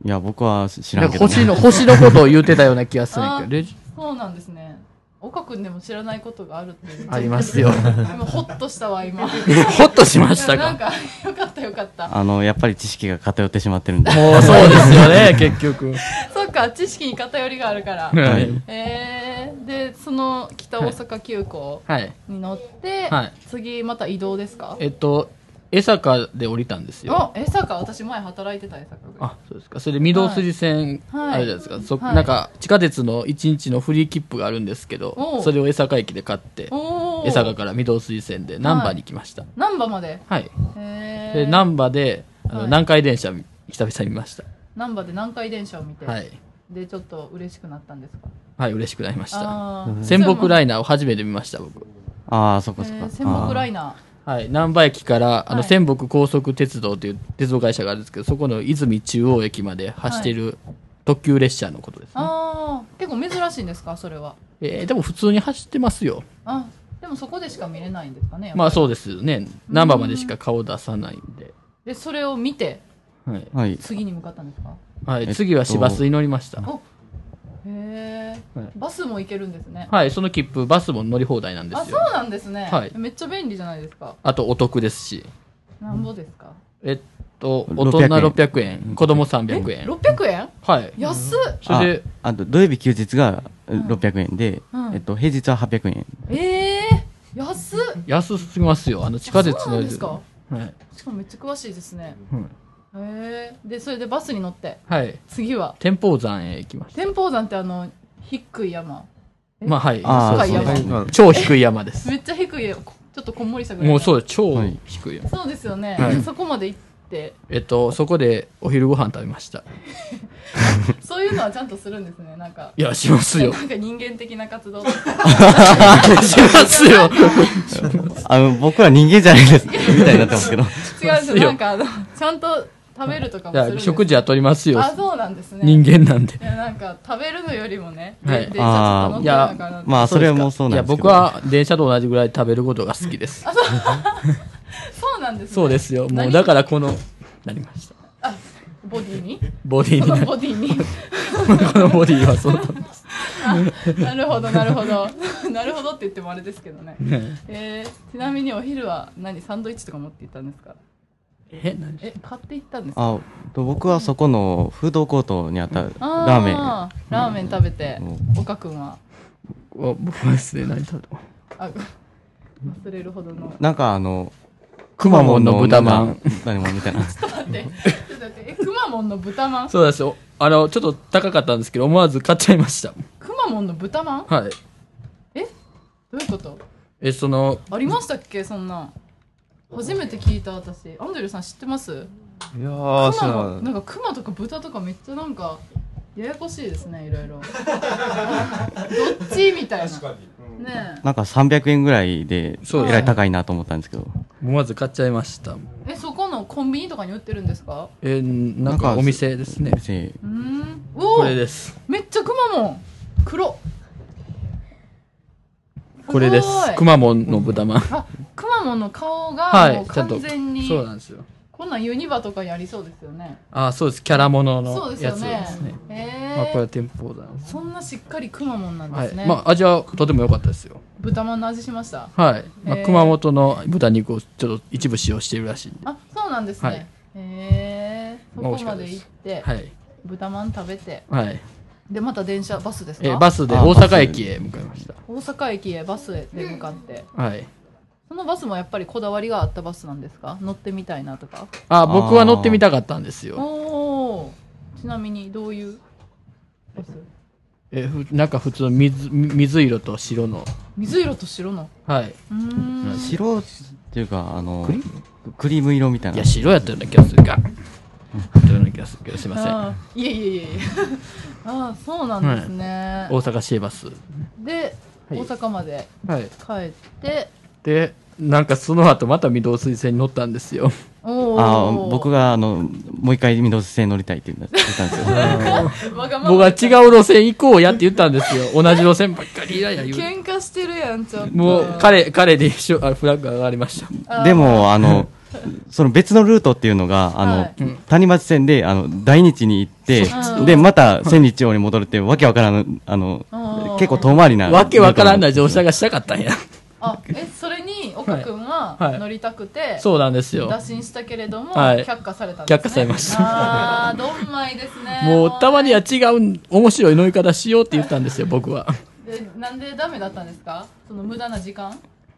F: いや、僕は知ら
B: なん
F: ん
B: か
F: けど、
B: 星の、星のことを言ってたような気がするんやけど、レジ
C: そうなんですね岡君でも知らないことがあるっていう
B: あります よ。
C: 今ホッとしたわ今
B: ほっとしました
C: なん
B: か。
C: かよかったよかった
F: あの、やっぱり知識が偏ってしまってるんで、
B: もうそうですよ ね、結局。
C: そっか知識に偏りがあるから
B: はい。
C: えー、でその北大阪急行
B: はい。
C: に乗って、
B: はい
C: 次また移動ですか
B: えっと、江坂で降りたんですよ。
C: お江坂私前働いてた江坂が
B: あ、そうですか。それで、御堂筋線、
C: はい
B: あるじゃないですか。そ
C: はい
B: なんか、地下鉄の1日のフリー切符があるんですけ
C: お
B: ど
C: う、
B: それを江坂駅で買って、
C: おお
B: 江坂から御堂筋線で難波に来ました。
C: 難波まで
B: はい。
C: へ
B: で、
C: ー難
B: 難波で、あの、
C: はい
B: 南海電車、久々に見ました。
C: 波で南海電車を見て、
B: はい。
C: でちょっと嬉しくなったんですか
B: はい、嬉しくなりました。
C: あー
B: 仙北ライナーを初めて見ました、僕。
F: ああ、そっ
C: え
F: かそっか。
C: ー仙北ラ
F: イ
C: イナ
B: はい、難波駅からあの
C: はい
B: 仙北高速鉄道という鉄道会社があるんですけど、そこの泉中央駅まで走っている特急列車のことです
C: ー、
B: ね、
C: ああ結構珍しいんですかそれは
B: えーでも普通に走ってますよ
C: あでもそこでしか見れないんですかねやっぱり
B: まあそうですよね難波までしか顔出さないんで、
C: でそれを見て
B: はい
F: はい。
C: 次に向かったんですか
B: は
F: えっ
B: い、
F: と
B: 次は市バスに乗りました、
C: おへえ、
B: はい
C: バスも行けるんですね
B: はい、その切符バスも乗り放題なんで
C: あ
B: す
C: そう
B: よあ
C: なんですね、
B: はい
C: めっちゃ便利じゃないですか
B: とお得ですし
C: なんぼですか
B: えっと大人
F: 600円
B: 600円子供300円
C: 600円
B: はい
C: 安っ
B: それで
F: ああと土曜日休日が600円で、
C: うん
F: えっと、平日は800円。
C: ええー、安っ
B: 安すぎますよあの地下鉄
C: そうな
B: の
C: んですか
B: はい、
C: しかもめっちゃ詳しいですね
B: うん
C: へえでそれでバスに乗って
B: はい、
C: 次は
B: 天保山へ行きました
C: 天保山ってあの低い山え
B: まあはい
F: あ
B: そ
C: あ
B: うです
C: そう
B: ね
C: か
E: 今
B: 超低い山です。
C: めっちゃ低いこちょっとこんもりしたぐらいの
B: もうそうです。超
F: はい
B: 低い山。
C: そうですよね、
B: はい
C: そこまで行って
B: えっと、そこでお昼ご飯食べました。
C: そういうのはちゃんとするんですねなんか
B: いや、します よ。
C: なんか人間的な活 動とか
B: しますよ。
F: あの、僕ら人間じゃないです。みたいになってますけど。
C: 違うんですよ
B: よ
C: なんかあのちゃんと食べるとかも
B: い
C: するんで
B: や、
C: す
B: 食事は取りますよ。
C: あそうなんですね
B: 人間なんで。
C: いやなんか食べるのよりもね、
B: はい
C: で電車ちょっと乗ってるのかなって
F: まあ、それはもうそうなん
B: い
F: で
B: や、
F: すけ
B: 僕
F: ど。
B: は電車と同じぐらい食べることが好きです。
C: そうなんです、ね、
B: そうですよ。もう
C: 何
B: だからこの、なりました。
C: ボディに
B: ボディ
C: こ
B: にな
C: の
B: る。
C: ボディ に
B: このボディはそうなんです。
C: なるほどなるほどなるほどって言ってもあれですけどね、えー、ちなみにお昼は何サンドイッチとか持って行ったんですか
B: え、何
C: え買って行ったんですか
F: あと僕はそこのフードコートにあったラ
C: あ
F: ーメン。
C: ンラーメン食べて
F: う
C: 岡君は
B: 僕はですね、何食べた
C: あ忘れるほどの
F: なんかあの、
B: くまモンの豚まん。
F: 何もみたいな。
C: 待って、ちょっと待って、えくまモンの豚まん
B: そうなんですよ。あの、ちょっと高かったんですけど、思わず買っちゃいました。
C: くまモンの豚まん
B: はい。
C: えどういうこと
B: え、その、
C: ありましたっけそんなん初めて聞いた私アンドリューさん知ってます
E: いやー、知
C: 熊
E: ら
C: が
E: な。
C: ないんか熊とか豚とかめっちゃなんかややこしいですねいろいろどっちみたいなね
F: なんか300円ぐらいで、
B: そうですね
F: えらい高いなと思ったんですけど。
B: 思わず買っちゃいました。
C: ええそこのコンビニとかに売ってるんですか
B: えーなん
F: なん
B: か
F: か
B: お店ですね。
F: 別に
C: うーんお
B: こ
C: お
B: れです。
C: めっちゃくまモン黒
B: これです
C: ごい。
B: くまモンの豚まん。
C: あくまモンの顔が
B: は
C: もう
B: い、ちゃんと。
C: 完全に、
B: そうなんですよ。
C: こんなんユニバとかにありそうですよね
B: あー、そうです。キャラもの
C: そう
B: の
C: です
B: や
C: よ
B: つ
C: ね
B: ですね。
C: え
B: まあ、こ
C: え
B: れは店舗なんです。
C: そんなしっかりくまモンなん
B: は
C: です
B: い。
C: ね、
B: まあ、味はとても良かったですよ。
C: 豚まんの味しまし
B: は
C: た
B: い。まあ、
C: へー
B: 熊本の豚肉をちょっと一部使用しているらしいんで。
C: あそうなんです
B: はい
C: ね、へえそ
B: まあ美味し
C: こ
B: か
C: ま
B: った
C: で
B: です
C: 行って、
B: はい。
C: 豚まん食べて
B: はい。
C: でまた電車バスですか、
B: えーバスで
F: あ
B: 大阪駅へ向かいました。
C: 大阪駅へバスで向かって
B: はい。
C: そのバスもやっぱりこだわりがあったバスなんですか乗ってみたいなとか
B: あ、僕は乗ってみたかったんですよ。
C: おおちなみにどういうバス
B: えーふなんか普通の水、水色と白の。
C: 水色と白の
B: はい。
C: うーん
F: 白っていうか、あの、クリーム色みたい
B: い
F: な
B: や、。白やったような気がするが。やったような気がするけど、すいません。
C: あーいえいえい えいえああそうなんですね、
B: 大阪市営バス。
C: で、
B: はい
C: 大阪まで
B: はい。
C: 帰って
B: で、なんかその後また御堂筋線に乗ったんですよ。
C: お
F: あ
C: お
F: 僕が、あの、もう一回ミドルス線乗りたいって言った言ったんですよ。
C: わがまま
B: 僕は違う路線行こうやって言ったんですよ。同じ路線ばっかりやや言う。
C: 喧嘩してるやんちょっと
B: もう彼、彼で一緒、あフラッグが上がりました。
C: あー
F: でも、あの、その別のルートっていうのが、あの、
C: はい
F: 谷町線で、あの、大日に行って
C: そう、
F: で、また千日町に戻るって、わけわからん、あの
C: うん、
F: 結構遠回りな。
B: わけわからんない乗
F: 乗
B: 車がしたかったんや。
C: あえそれに岡くん
B: は
C: は
B: いはい
C: 乗りたくて
B: そうなんですよ
C: 打。診したけれども
B: はい
C: 却下されたんですね
B: 却下されました
C: ああどんまいですね
B: もうたまには
C: や
B: 違う面白い乗り方しようって言ったんですよ、僕は。
C: なんでダメだったんですかその無駄な時間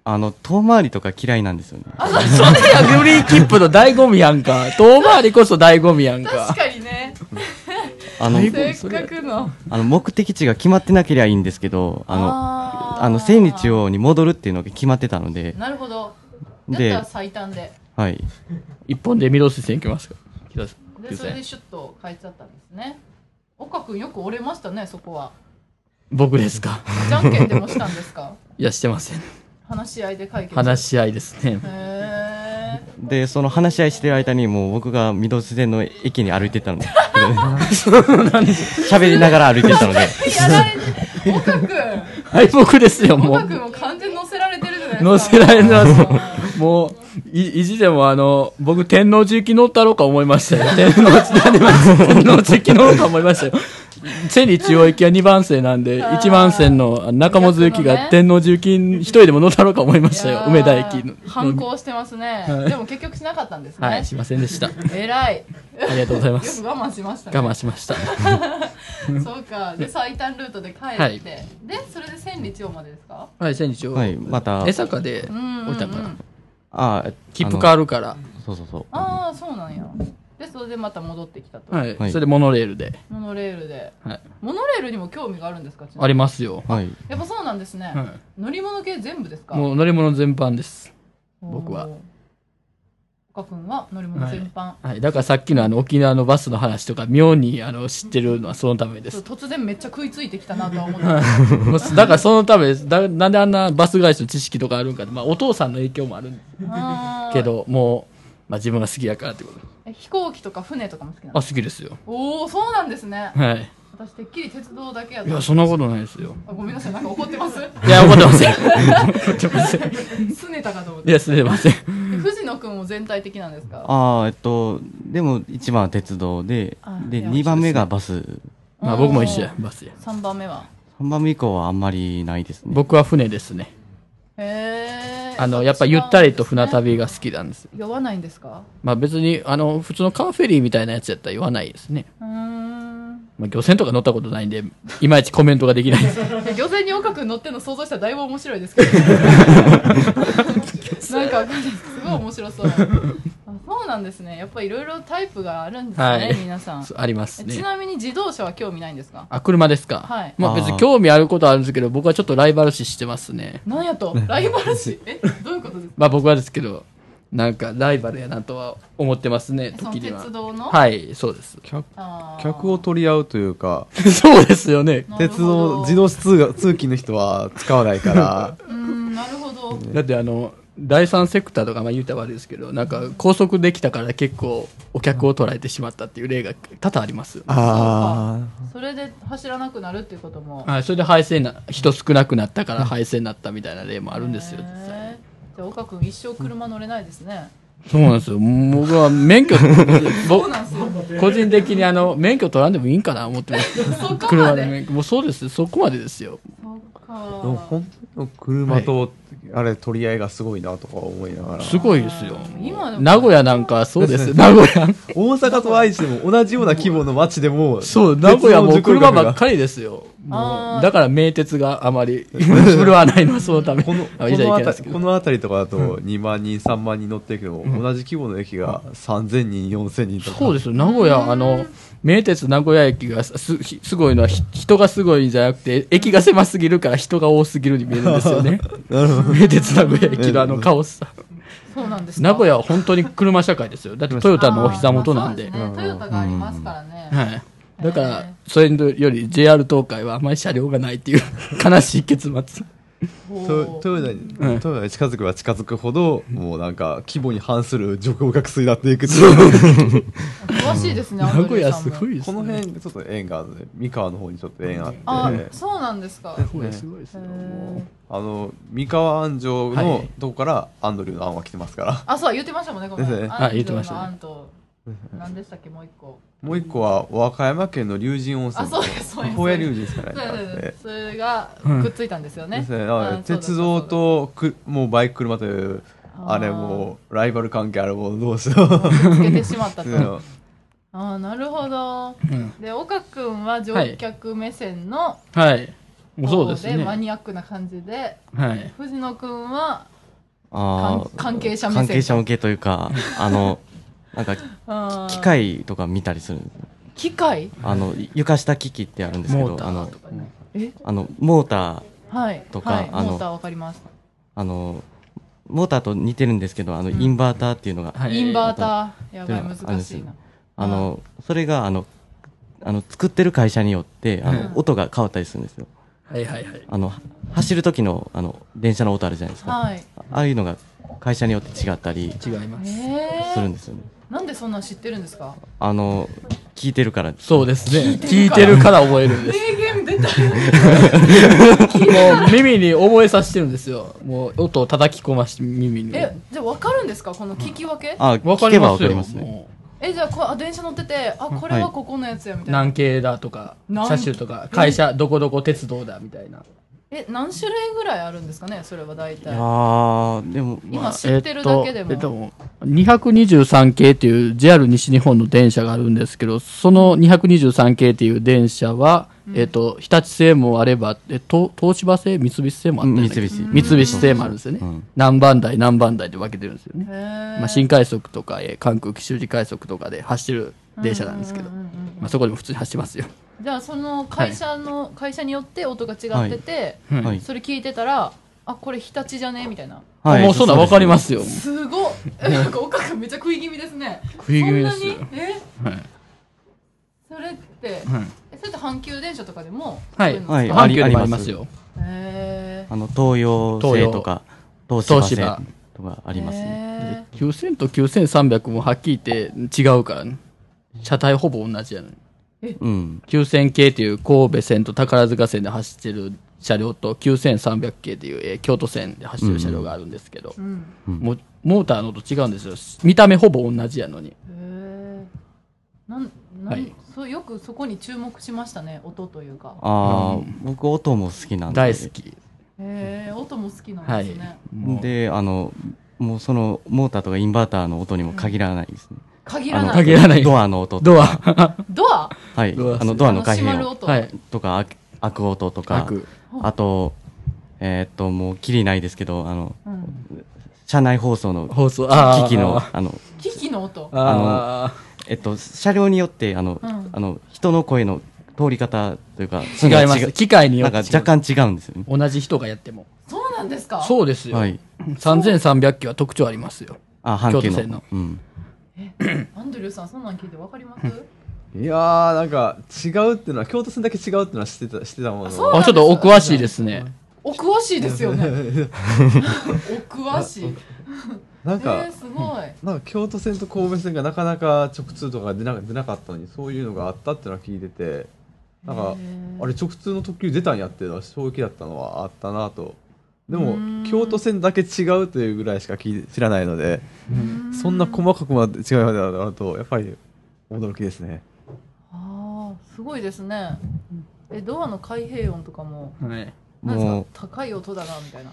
F: あの、遠回りとか嫌いなんですよね。
B: それやグリーン切符の醍醐味やんか。遠回りこそ醍醐味やん
C: 確
B: か。
C: かにね
F: あの、
C: せっかくの
F: あの目的地が決まってなければいいんですけど、あの、
C: あー
F: あの、千日をに戻るっていうのが決まってたので、
C: なるほどだった
F: で
C: ら最短で
F: はい。
B: 一本で御堂筋線行きますか。
C: でそれでシュッと変えちゃったんですね岡くんよく折れましたねそこは
B: 僕ですか。
C: じゃんけんでもしたんですか
B: いや、してません。
C: 話し合いで解決
B: 話し合いですね。
C: へえ
F: で、その話し合いしてる間に、もう僕が御堂筋の駅に歩いてった ので、喋りながら歩いてったので、
C: やられて岡くん
B: はい、僕ですよ、も
C: 岡
B: う
C: く。んも完全に乗せられてるじゃないですか
B: 乗せられます。 もう、い、意地でもあの、僕、天皇寺行き乗ったろうか思いましたよ。天皇寺になります。天皇寺行き乗ろうか思いましたよ。千里中央行きは2番線なんで、
C: あー
B: 1番線の中本行き
C: 逆のね
B: が天皇寺行きに一人でも乗ったろうか思いました
C: い
B: よ
C: や。ー
B: 梅田駅の。
C: 反抗してますね、
B: はい
C: でも結局しなかったんですね、
B: はい、しませんでした。
C: えらい
B: ありがとうございま
C: よ
B: す。
C: く我慢しましたね
B: 我慢しました。
C: そうかで最短ルートで帰って、
B: はい
C: でそれで千里町までですか
B: はい、千里中央。
F: はい、また
B: 江、坂で
C: うんうんうん
B: 降りたかな。
F: あ、
B: 切符変
F: あ
B: わるから。
F: のそうそうそう。
C: ああそうなんやでそれでまた戻ってきたと、
B: はい
F: は。い
B: それでモノレールで。
C: モノレールで
B: はい。
C: モノレールにも興味があるんですかちなみに
B: ありますよ。
F: はい。
C: やっぱそうなんですね、
B: は
C: 乗り物系全部ですか
B: もう乗り物全般です。
C: おー
B: 僕は
C: 岡君は乗り物全般、
B: はい、だからさっきのあの沖縄のバスの話とか妙にあの知ってるのはそのためで
C: ちょっ
B: す。
C: と突然めっちゃ食いついてきたなとは思 ったんです
B: もうだからそのためです。だなんであんなバス会社の知識とかあるんかって、まあお父さんの影響もある
C: けどあー
B: けど、もう、まあ自分が好きやからってこと。
C: え飛行機とか船とかも好きな
B: あ、好
C: の
B: きですよ。
C: おおそうなんですね
B: はい。
C: 私てっきり鉄道だけや
B: い
C: と
B: や、そんなことないですよ。
C: あごめんなさいなんか怒ってま す
B: いや、怒ってません。怒ってません。い
C: すねたかと思って
B: や、すみません。
C: え藤野君も全体的なんですか
F: ああ、えっと、でも、一番は鉄道で
C: あ、
F: で、
C: いや
F: 二番目がバス。
B: まあ僕も一緒や、バスや。
C: 3番目は
F: 三番目以降はあんまりないですね。
B: 僕は船ですね。
C: へえ
B: あの、やっぱゆったりと船旅が好きなんです。
C: 酔わないんですか
B: まあ別に、あの、普通のカーフェリーみたいなやつやったら言わないですね。
C: うーん
B: まあ漁船とか乗ったことないんで、いまいちコメントができないです。
C: いや漁船に岡君乗ってんの想像したらだいぶ面白いですけどなんかわかんないですすごい面白そうあそうなんですねやっぱりいろいろタイプがあるんですね、
B: はい
C: 皆さん
B: そうあります
C: えち
B: ね。
C: なみに自動車は興味ないんですか
B: あ、車ですか。
C: はい
B: まあ
F: あー
B: 別に興味あることはあるんですけど、僕はちょっとライバル視してますね。
C: なんやとライバル視えどういうことですか
B: まあ僕はですけど、なんかライバルやなとは思ってますね、
C: その
B: 時には
C: 鉄。道の、
B: はい、そうです。
E: 客
C: あー
E: 客を取り合うというか、
B: そうですよね。
C: なる
E: 鉄
C: ほど
E: 道、自動車通学通勤の人は使わないから、
C: うーんなるほど
B: だってあの、第三セクターとか、まあ言うたら悪いですけど、なんか高速できたから結構お客を捉えてしまったっていう例が多々ありますよね。
E: あ
C: それで走らなくなるっていうことも
B: はい、それで廃線な、人少なくなったから廃線になったみたいな例もあるんですよ、
C: へ
B: 実
C: ー
B: 際。
C: じゃあ岡君一生車乗れないですね
B: そうなんですよ。僕は免許、
C: そ
B: ぼ
C: うなんですよ
B: 個人的にあの、免許取らんでもいいんかな思ってます。
C: そこま
B: 車の
C: で
B: 免許。もうそうです。そこまでですよ。
C: そっ
E: あ。でも
C: か
E: 本当に車と、あれ取り合いがすごいなとか思いながら。
B: すごいですよ。
C: 今でも
B: 名古屋なんかそうですよ。
E: で
B: 名古屋。
E: 大阪と愛知でも同じような規模の街でも、
B: そう、名古屋もう車ばっかりですよ。も
C: あー
B: う、だから名鉄があまり 振るわないのはそのため。
E: この、
B: あ
E: こ
B: いじゃいけ
E: の
B: ないですけ
E: 辺り、
B: ど
E: この辺りとかだと2万人、3万人乗ってるけど、同じ規模の駅が3000人、4000人とか。
B: そうですよ。名古屋、あの、名鉄名古屋駅がすすごいのはひ人がすごいんじゃなくて、駅が狭すぎるから人が多すぎるに見えるんですよね。名鉄名古屋駅のあのカオスさ。
C: そうなんですか
B: 名古屋は本当に車社会ですよ。だってトヨタのお膝元なん
C: あ
B: で
C: ー。まあそうすねトヨタがありますからね、
B: はい。だから
C: へ、
B: それより JR 東海はあまり車両がないって いう悲しい結末。
C: ほう
E: トトヨタに、
B: うん
E: トヨタに近づけば近づくほど、もうなんか、規模に反する徐行学水になっていくっていう
C: 詳しいですね
B: 名
C: アンド
B: 古
C: リュー
B: 屋
C: さん
B: す
C: も
B: ごいです
E: こ
B: ね。
E: の辺、ちょっと縁があるので、三河の方にちょっと縁あって、
C: あそうなんですか
B: 名古屋すごいですね。
C: へー
E: あの、三河安城
B: は
E: の
B: い
E: とこから、アンドリューの案は来てますから。
C: あそう言ってましたもんねこの
E: ですね
B: あ言ってましたね
C: アンと何でしたっけもう一個
E: もう一個は、和歌山県の龍神温
C: あ
E: 泉。
C: そうですそうです
E: 高野龍神ですか
C: そ
E: ね
C: う。ですそう
E: あっ
C: で
E: て
C: すそれがくっついたんですよね
E: ですね。だから
C: あそうだ
E: 鉄道とくもうバイク車という
C: あー
E: あれもうライバル関係あるもの同士の
C: そうだつけてしまったと
E: うん
C: ああなるほど
B: うん
C: で岡君は乗客目線の
B: はい。もうそう
C: 方
B: です
C: で
B: ね。
C: マ
B: はい。
C: ニアックな感じで藤野君は
F: あー
C: 関関係者目線
F: 関係者向けとい うか、あの、なんか、
C: あー
F: 機械とか見たりする。
C: 機械
F: あの、床下機器ってあるんですけ
B: モー
F: ど、
B: ター
F: あの
B: と、
C: え
F: あの、モーター、
C: はい
F: とか
C: はい、
F: あの
C: モーターわかります
F: あの、モーターと似てるんですけど、あの、
C: ん
F: インバーターっていうのが、
B: はい
C: インバーターやばい
F: であれ
C: 難
F: です
C: しい
F: よ
C: な
F: あの、それが、あの、あの、作ってる会社によって、あ
B: うん
F: の、音が変わったりするんですよ。
B: はいはいはい。
F: あの、走る時の、あの、電車の音あるじゃないですか。
C: はい
F: ああいうのが会社によって違ったり
B: 違います。
C: え
F: するんですよね。
C: ー、なんでそんなん知ってるんですか
F: あの、聞いてるから。
B: そうですね。聞いてるから覚えるんです。
C: 言出た
B: もう耳に覚えさせてるんですよ。もう音を叩き込まして耳に。
C: えじゃあ分かるんですかこの聞き分け
F: あ、
B: わ
F: 聞けばわかりますね。
B: も
C: えじゃあこあ電車乗っててあこれはここのやつやみ
B: う
C: たいな、
B: 何系だとか、
C: 何
B: 車種とか、会社どこどこ鉄道だみたいな。
C: え何種類ぐらいあるんですかねそれは大
F: い
C: 体
F: やー、でも、
C: 今知ってるだけでも、
B: えっとえっと223系っていう JR 西日本の電車があるんですけどその223系っていう電車は、えっと日立製もあればえと東芝製三菱製もあったような
F: 三菱
B: 三菱製もあるんですよね、
F: うん
B: 何番台何番台で分けてるんですよね、
C: へー
B: まあ、新快速とか、えー関空紀州路快速とかで走ってる電車なんですけど、
C: うんうんうんうん
B: まあ、そこでも普通に走ってますよ
C: じゃあその会社の、会社によって音が違ってて、
B: うん
F: はい
C: それ聞いてたらあこれ日立じゃねみたいな
F: はい
B: もうそんなん分かりますよ
C: すごっ えなんか岡君めっちゃ食い気味ですね
B: 食い気味です
C: そんなにえ
B: はい
C: それって
B: はい
C: えそれって阪急電車とかでも
B: は
C: そう
B: い、
C: うの
F: はい
B: 阪急でもありますよ
C: へえ
F: あの、東洋製とか、東芝製とかありますね。
C: ね
B: 9000と9300もはっきり言って違うからね車体ほぼ同じやのに
F: うん。
B: 9000系という神戸線と宝塚線で走ってる車両と9300系という、えー京都線で走ってる車両があるんですけど、
C: うん
B: もうモーターのと違うんですよ見た目ほぼ同じやのに
C: へえなんなん、
B: はい
C: そうよくそこに注目しましたね音というか
F: あー、僕、音も好きなんで。
B: 大好き
C: へえ音も好きなん
B: は
C: で
B: い
C: すね、
B: もう
F: で、あの、もうその、モーターとかインバーターの音にも限らないですね。
C: 限
F: あ
C: ら
F: の、
C: ない
B: 限らない
F: ドアの音と
B: ドア
C: ドア
F: はい。
B: ドア
F: あの、ドアの開
C: あの閉まる音、
F: 閉
B: はい
F: とか、あ開く音と
B: 開
F: か、
B: く
F: あと、えーっと、もう、きりないですけど、あの、
C: うん、
F: 車内放送の
B: 放送、ああ。
F: 機器の、あの、
C: キキの音。
B: あ
F: えっと、車両によって、あの、
C: うん
F: あの、人の声の通り方というか、
B: あ。違います。機械によ
F: な
B: っ
F: ん
B: て
F: か
B: 違う。
F: 若干違うんですよね。
B: 同じ人がやっても。
C: そうなんですか。
B: そうですよ。
F: はい。
B: 3300機は特徴ありますよ。
F: あ、半
B: 京
F: 径
B: 都
F: の。
B: 線の
F: うん。
C: アンドリューさんそんなん聞いてわかります？
E: いやー、なんか、違うってのは、京都線だけ違うってのは知ってた、知ってたもの。
C: あそう
B: あ、ちょっとお詳しいですね。
C: お詳しいですよ ね。お詳しい。
E: な
C: え
E: んか
C: ー、、すごい。
E: なんか京都線と神戸線がなかなか直通とか出な出なかったのに、そういうのがあったってのは聞いてて、なんか
C: へ、ー
E: あれ直通の特急出たんやっていうのは衝撃だったのはあったなと。で
C: うーん
E: も、京都線だけ違うというぐらいしか聞い知らないので、そんな細かくまで違いまであると、やっぱり驚きですね。
C: ああ、すごいですね。え、ドアの開閉音とかも、
B: はい。
C: なんで
F: もう
C: す、か高い音だなみたいな。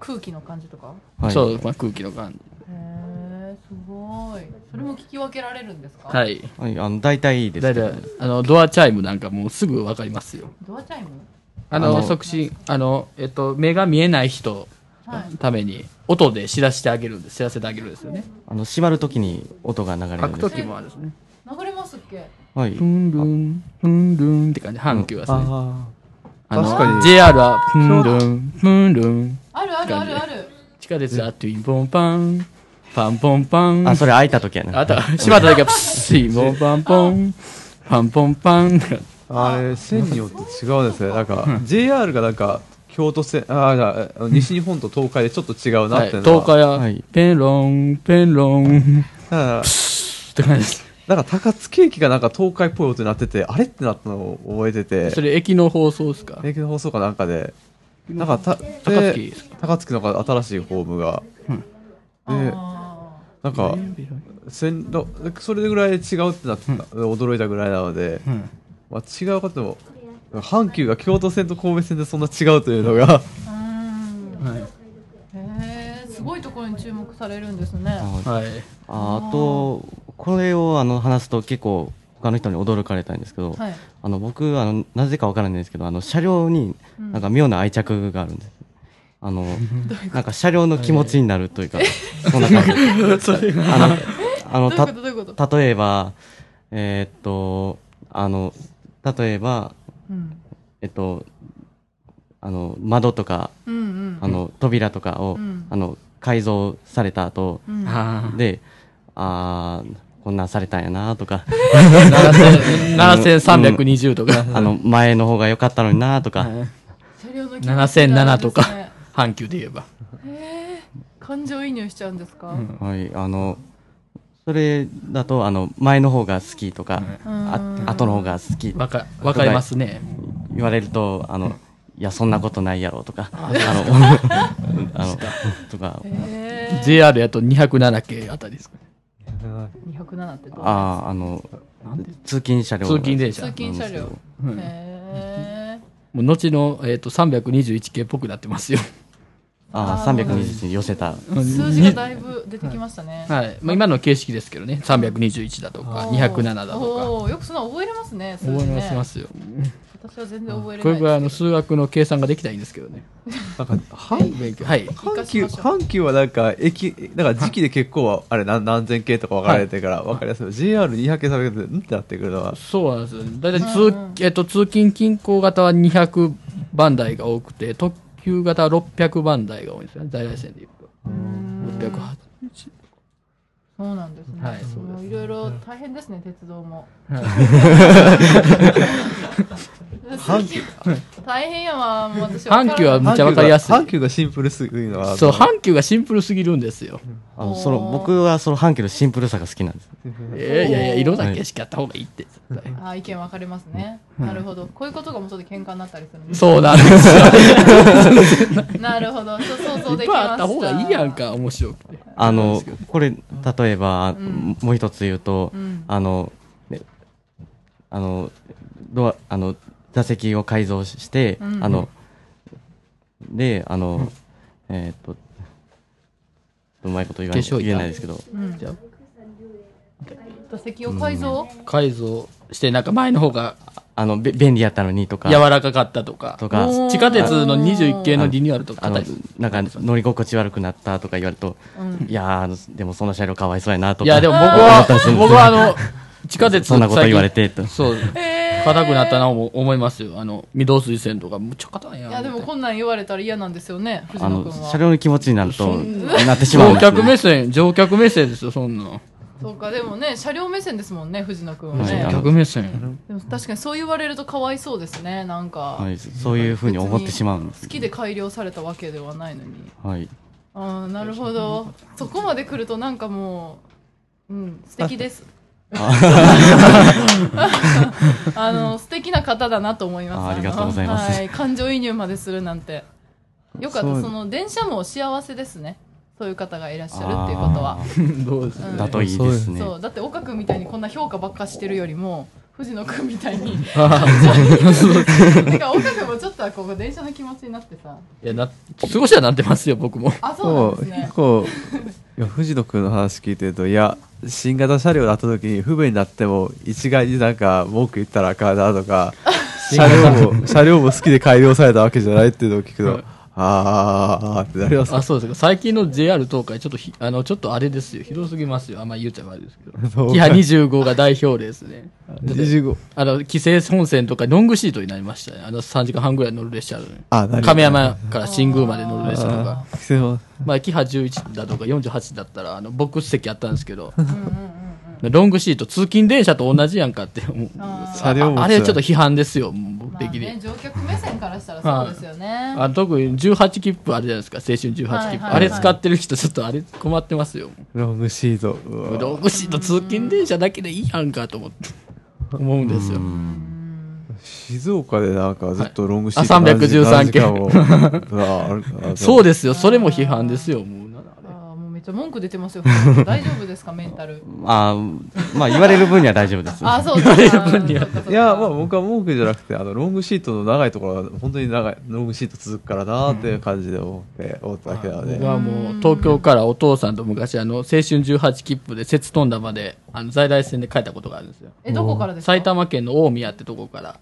C: 空気の感じとか。
F: はい、
B: そう、まあ、空気の感じ。
C: へえ、すごい。それも聞き分けられるんですか？。
B: はいい。
F: はい、あの、大体いいです
B: だい
F: け
B: た
F: ど
B: い、あの、ドアチャイムなんかもうすぐわかりますよ。
C: ドアチャイム？
B: あの、
F: あの
B: 促進、あの、えっと、目が見えない人
C: はい。
B: のために、音で知らせてあげるんです。知らせてあげるんですよね。
F: あの、閉まるときに音が流れる
B: 開
F: ん
B: く
F: です
B: 時もあるんですね。
C: 流れますっけ？
F: はい
B: プ。ンルン、プンルンって感じ、半球がですね。
E: あ
B: あの
E: 確かに
B: JR は、プンルン、プンルン。
C: あるあるあるある。
B: 地下鉄は、トゥインポンパン、パンポンパン。
F: あ、それ開いたときやな。
B: あとは、閉まった時は、プッシー、ボンパンポン、パンポンパン。
E: あれ、線によって違うんですね。なんか、JR がなんか、京都線、あーじ ゃあ、西日本と東海でちょっと違うな
B: は
E: っ
B: い、
E: ていうのは、
B: 東海
F: は、
B: はいペンロン、ペンロン、
E: だから
B: って感じです。
E: なんか高槻駅がなんか東海っぽい音になってて、あれってなったのを覚えて
B: そ
E: て、
B: れ、駅の放送ですか
E: 駅の放送かなんかで、なんかた
B: 高
E: で
B: 槻
E: 高槻のなんか新しいホームが、で、
C: あ
E: なんか、線路、それぐらい違うってなってた、驚いたぐらいなので、
B: ん
E: まあ、違うことも、阪急が京都線と神戸線でそんな違うというのが、
C: あ。うーん。
B: はい。
C: へえ、すごいところに注目されるんですね。
F: あ
B: はい。
F: あと、これをあの話すと結構他の人に驚かれたんですけど、
C: はい。
F: あの僕あの、なぜかわからないんですけど、あの車両に
C: うん
F: なんか妙な愛着があるんです。あの、なんか車両の気持ちになるというか、そん な感じ。あの、あ
C: ど
F: の
C: ういうこと
F: た
C: どういうこと？
F: 例えば、えーっと、あの、例えば、
C: うん。
F: えっと、あの、窓とか、
C: うんうん。
F: あの、扉とかを、
C: うん
F: あの、改造された後、
C: うん
B: あ
F: で、あーこんなんされたんやなとか、
B: ー7320とか、
F: あの、前の方が良かったのになとか、
C: 車両の気持ちがあるんですね
B: 7007とか、阪急で言えば。
C: へえ感情移入しちゃうんですか、
F: はい、あの、それだと、あの、前の方が好きとか、
C: うん
F: あ後の方が好き
B: わか、わかりますね。
F: 言われると、あの、いや、そんなことないやろとか、あの、うんあの、とか、
C: へえ
B: JR やと207系あたりですかね。
C: 207ってどう
F: ああ、あの、通勤車両
B: 通勤電車
C: 通。勤車両へえ
B: もう後の、えっと321系っぽくなってますよ。
F: ああ、321に寄せた。
C: 数字がだいぶ出てきました ね、
B: はい。まあ、今の形式ですけどね。321だとか、207だとか。
C: おーよくそんな覚えれますね数字ね
B: 覚えますますよ。
C: 私は全然覚えれ
B: こ
C: な
B: れ
C: い
B: ぐらいあの
C: ですけ
B: 数学の計算ができたらいいんですけどね。
E: なんか、阪
B: 勉強。はい。
E: 阪急阪急はなんか駅なんか時期で結構はあれ何何千系とか分かれてから分かりやすい、JR200 系300系でんってなってくるのは
B: そうなんですよ。だいたい通、えっと、通勤近郊型は200番台が多くて、特急型は600番台が多いんですよね。在来線でいうと。608。
C: そうなんですね、
B: はいそう
C: もういろいろ大変ですね鉄道も
E: 阪急
C: 大変やわもう私わからない
B: 阪急はめっちゃ分かりやすい
E: 阪急が阪急がシンプルすぎるのは
B: そう、阪急がシンプルすぎるんですよ。
F: あのその僕はその阪急のシンプルさが好きなんです。
B: えー、いやいや、色だけしかやった方がいいって。絶対
C: あー意見分かれますね、なるほどこういうことがもとで喧嘩になったりするんですね
B: そうなんですよ。
C: なるほど、ちょっと想像
B: い
C: で
B: っ
C: き
B: ぱ
C: ま
B: い
C: した。
B: あった方がいいやん。か、面白くて。
F: あの、これ、例えば、
C: ん
F: もう一つ言うと、
C: うん
F: あの、ねあの、ドア、あの、座席を改造して、
C: うん
F: あの、で、あの、えーっと、うまいこと言わな
B: 化粧板
F: い言えないですけど、
C: うん
B: じゃあ
C: 座席を改造、
B: 改造して、なんか前の方が
F: あのべ便利やったのにとか
B: 柔らかかったとか
F: とか
C: おー
B: 地下鉄の21系のリニューアルとか
F: あの
B: 叩いて
F: なんか乗り心地悪くなったとか言われると、いやーあのでもその車両かわいそうやなとか
B: いやでも僕
F: 思
B: は
F: ったりするんですよ
B: 僕はあの地下鉄
F: そんなこと言われ
B: て
F: てと
B: そう
C: えー
B: 硬くなったな思思いますよあの御堂筋線とかむっちゃ硬いやん
C: いやでもこんなん言われたら嫌なんですよね藤
F: あ
C: 野
F: の
C: 君は
F: 車両の気持ちになると
B: そ
F: なってしまうん
B: 乗
F: ですよ
B: 客目線乗客目線ですよそんな
C: そうかでもね車両目線ですもんね藤野君は
F: はい
C: ね、
F: あの
B: 客目線
C: でも確かにそう言われるとかわいそうですねなんか、
F: はい、そういうふうに思ってしまうんです
C: 好きで改良されたわけではないのに
F: はい
C: ああなるほどそこまで来るとなんかもううん素敵です あの素敵な方だなと思います
F: あありがとうございます
C: あのはい、感情移入までするなんてよかった
F: そ
C: そうの電車も幸せですねそういう方がいらっしゃるっていうことは
F: あ
B: どうです
C: う
F: ー
C: ん
F: だといいですね
C: そうだって岡君みたいにこんな評価ばっかしてるよりも藤野君みたい に なんか岡君もちょっとはここ電車の気持ちになってさ
B: いやな過ごしはなってますよ僕も
C: あそうなんで
E: もう
C: すね
E: 結構いや藤野君の話聞いてるといや新型車両だった時に不便になっても一概になんか文句言ったらあかんな とか車両も車両も好きで改良されたわけじゃないっていうのを聞く
B: はい
E: とあーあーあーあーってなります
B: あそうですか最近の JR 東海ちょっとひあのちょっとあれですよひどすぎますよあんま言うちゃ悪いですけ
E: そ
B: ど
E: う
B: キハ25が代表例ですね
E: 25
B: あの規制本線とかロングシートになりましたねあの3時間半ぐらい乗る列車あるね
E: あなる
B: 亀山から新宮まで乗る列車とか
E: あー規制も
B: まあ、キハ11だとか48だったらあのボックス席あったんですけどロングシート通勤電車と同じやんかって思う
C: あー
E: 車両も
B: ああれちょっと批判ですよもう僕
C: まあ
B: 的に、
C: ね、乗客目線からしたらそうですよね。
B: あの特に18切符あるじゃないですか青春18切符、
C: はいはいはい
B: あれ使ってる人ちょっとあれ困ってますよ
E: ロングシートうわ
B: ロングシート通勤電車だけでいいやんかと思って思うんですよ
E: 静岡でなんかずっとロングシート
B: あ313
E: 何時間もうわあるあ
B: そうですよそれも批判ですよもうな
C: あーもうめっちゃ文句出てますよ。 大丈夫ですかメンタ ル。
F: あーまあ言われる分には大丈夫です
C: あーそうか。
E: いや、まあ僕は文句じゃなくて、あの、ロングシートの長いところは、本当に長い、ロングシート続くからなーっていう感じで思って、思っただけなので
B: 僕。はもう東京からお父さんと昔あの青春18切符で摂津んだまであの在来線で帰ったことがあるんですよ
C: えどこからですか。
B: 埼。玉県の大宮ってとこから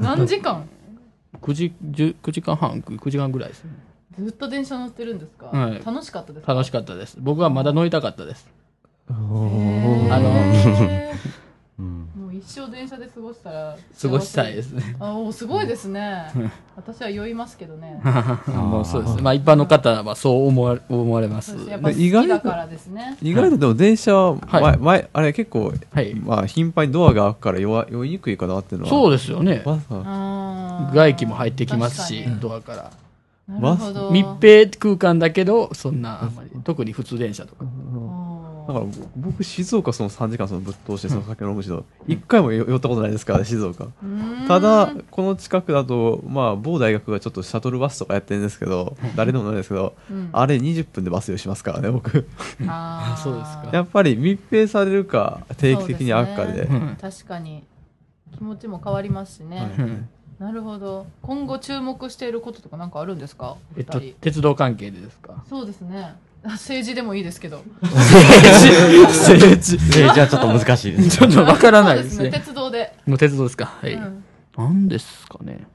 C: 何時間？
B: 9時 ,10 9時間半9時間ぐらいですね
C: ずっと電車乗ってるんですか。
B: はい
C: 楽しかったですか。
B: 楽しかったです僕はまだ乗りたかったです
C: あ
B: あ の
C: もう一生電車で過ごしたら。
B: 過ごしたいですすね
C: あおすごいですね。私は酔いますけどね。
B: もうそうですまあ一般の方は そう思わ思われます
C: そうですやっぱ好
E: 意
C: き
E: 外と
C: だからですね。
E: 意外とでも電車は、
B: はい
E: 前、前、あれ結構、
B: はい
E: まあ頻繁にドアが開くから弱、酔いにくいかなっていうのは。
B: そう
E: う
B: ですよね
E: まさ、
C: あー
B: 外気も入ってきますし
C: 確かに
B: ドアから
C: なるほど。
B: 密閉空間だけどそんなあんまり特に普通電車とか
E: だから僕僕静岡その3時間そのぶっ通して、その先のロングシート、一回も寄ったことないですからね、静岡。ただ、この近くだと、まあ某大学がちょっとシャトルバスとかやってるんですけど、誰でもないですけど、
C: うん
E: あれ20分でバス用しますからね、僕。
C: あー
B: そうですか
E: やっぱり密閉されるか定期的に開くか
C: そう
E: で
C: ですね確かに気持ちも変わりますしね、なるほど今後注目していることとかなんかあるんですかお
B: え
C: 二
B: っ
C: 人、
B: と鉄道関係でですか
C: そうですねあ政治でもいいですけど
B: 政治
F: 政治はちょっと難しいです
B: ちょっと わからないです
C: そう
B: ね
C: 鉄道で、
B: もう鉄道ですかはい、
C: うん
B: なんですかね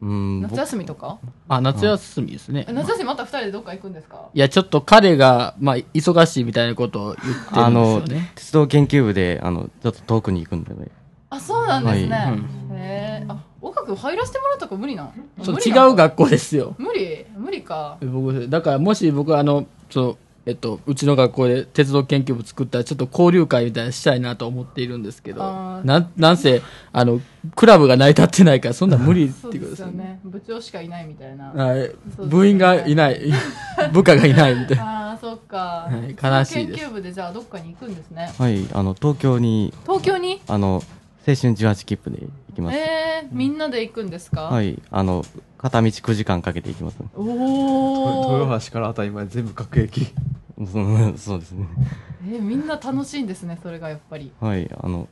F: うん
C: 夏
F: 僕
C: 休みとか
B: あ夏休みですね、
C: え夏休みまた二人でどっか行くんですか
B: いや、ちょっと彼が、まあ、忙しいみたいなことを言ってるんです
F: あの
B: よね。
F: 鉄道研究部であのちょっと遠くに行くんで、
C: あそうなんですね、
B: はい
C: へえあ岡君入らせてもらうとか無理なん
B: ちょっ
C: 無
B: と
C: 理
B: 違
C: なん
B: う学校ですよ。
C: 無理無理か
B: 僕、だからもし僕、あの、その、えっと、うちの学校で鉄道研究部作ったら、ちょっと交流会みたいなのしたいなと思っているんですけど、
C: あー
B: なん、なんせ、あの、クラブが成り立ってないから、そんなん無理って
C: そう
B: い
C: で
B: うことですす
C: よ
B: よね。
C: ね部長しかいないみたいな
B: はい
C: すよね
B: 部員がいない、部下がいないみたいな。
C: ああそっか、
B: はい悲しいです
C: 研究部でじゃあどっかに行くんですね
F: はいあの東京に
C: 東京に
F: あの青春18切符で行きます、
C: えー、みんなで行くんですか、
F: はいあの片道9時間かけて行きます
C: おお、
E: 豊橋からあたりまで全部 各駅
F: うんそうですね
C: えーみんな楽しいんですねそれがやっぱり
F: はいあの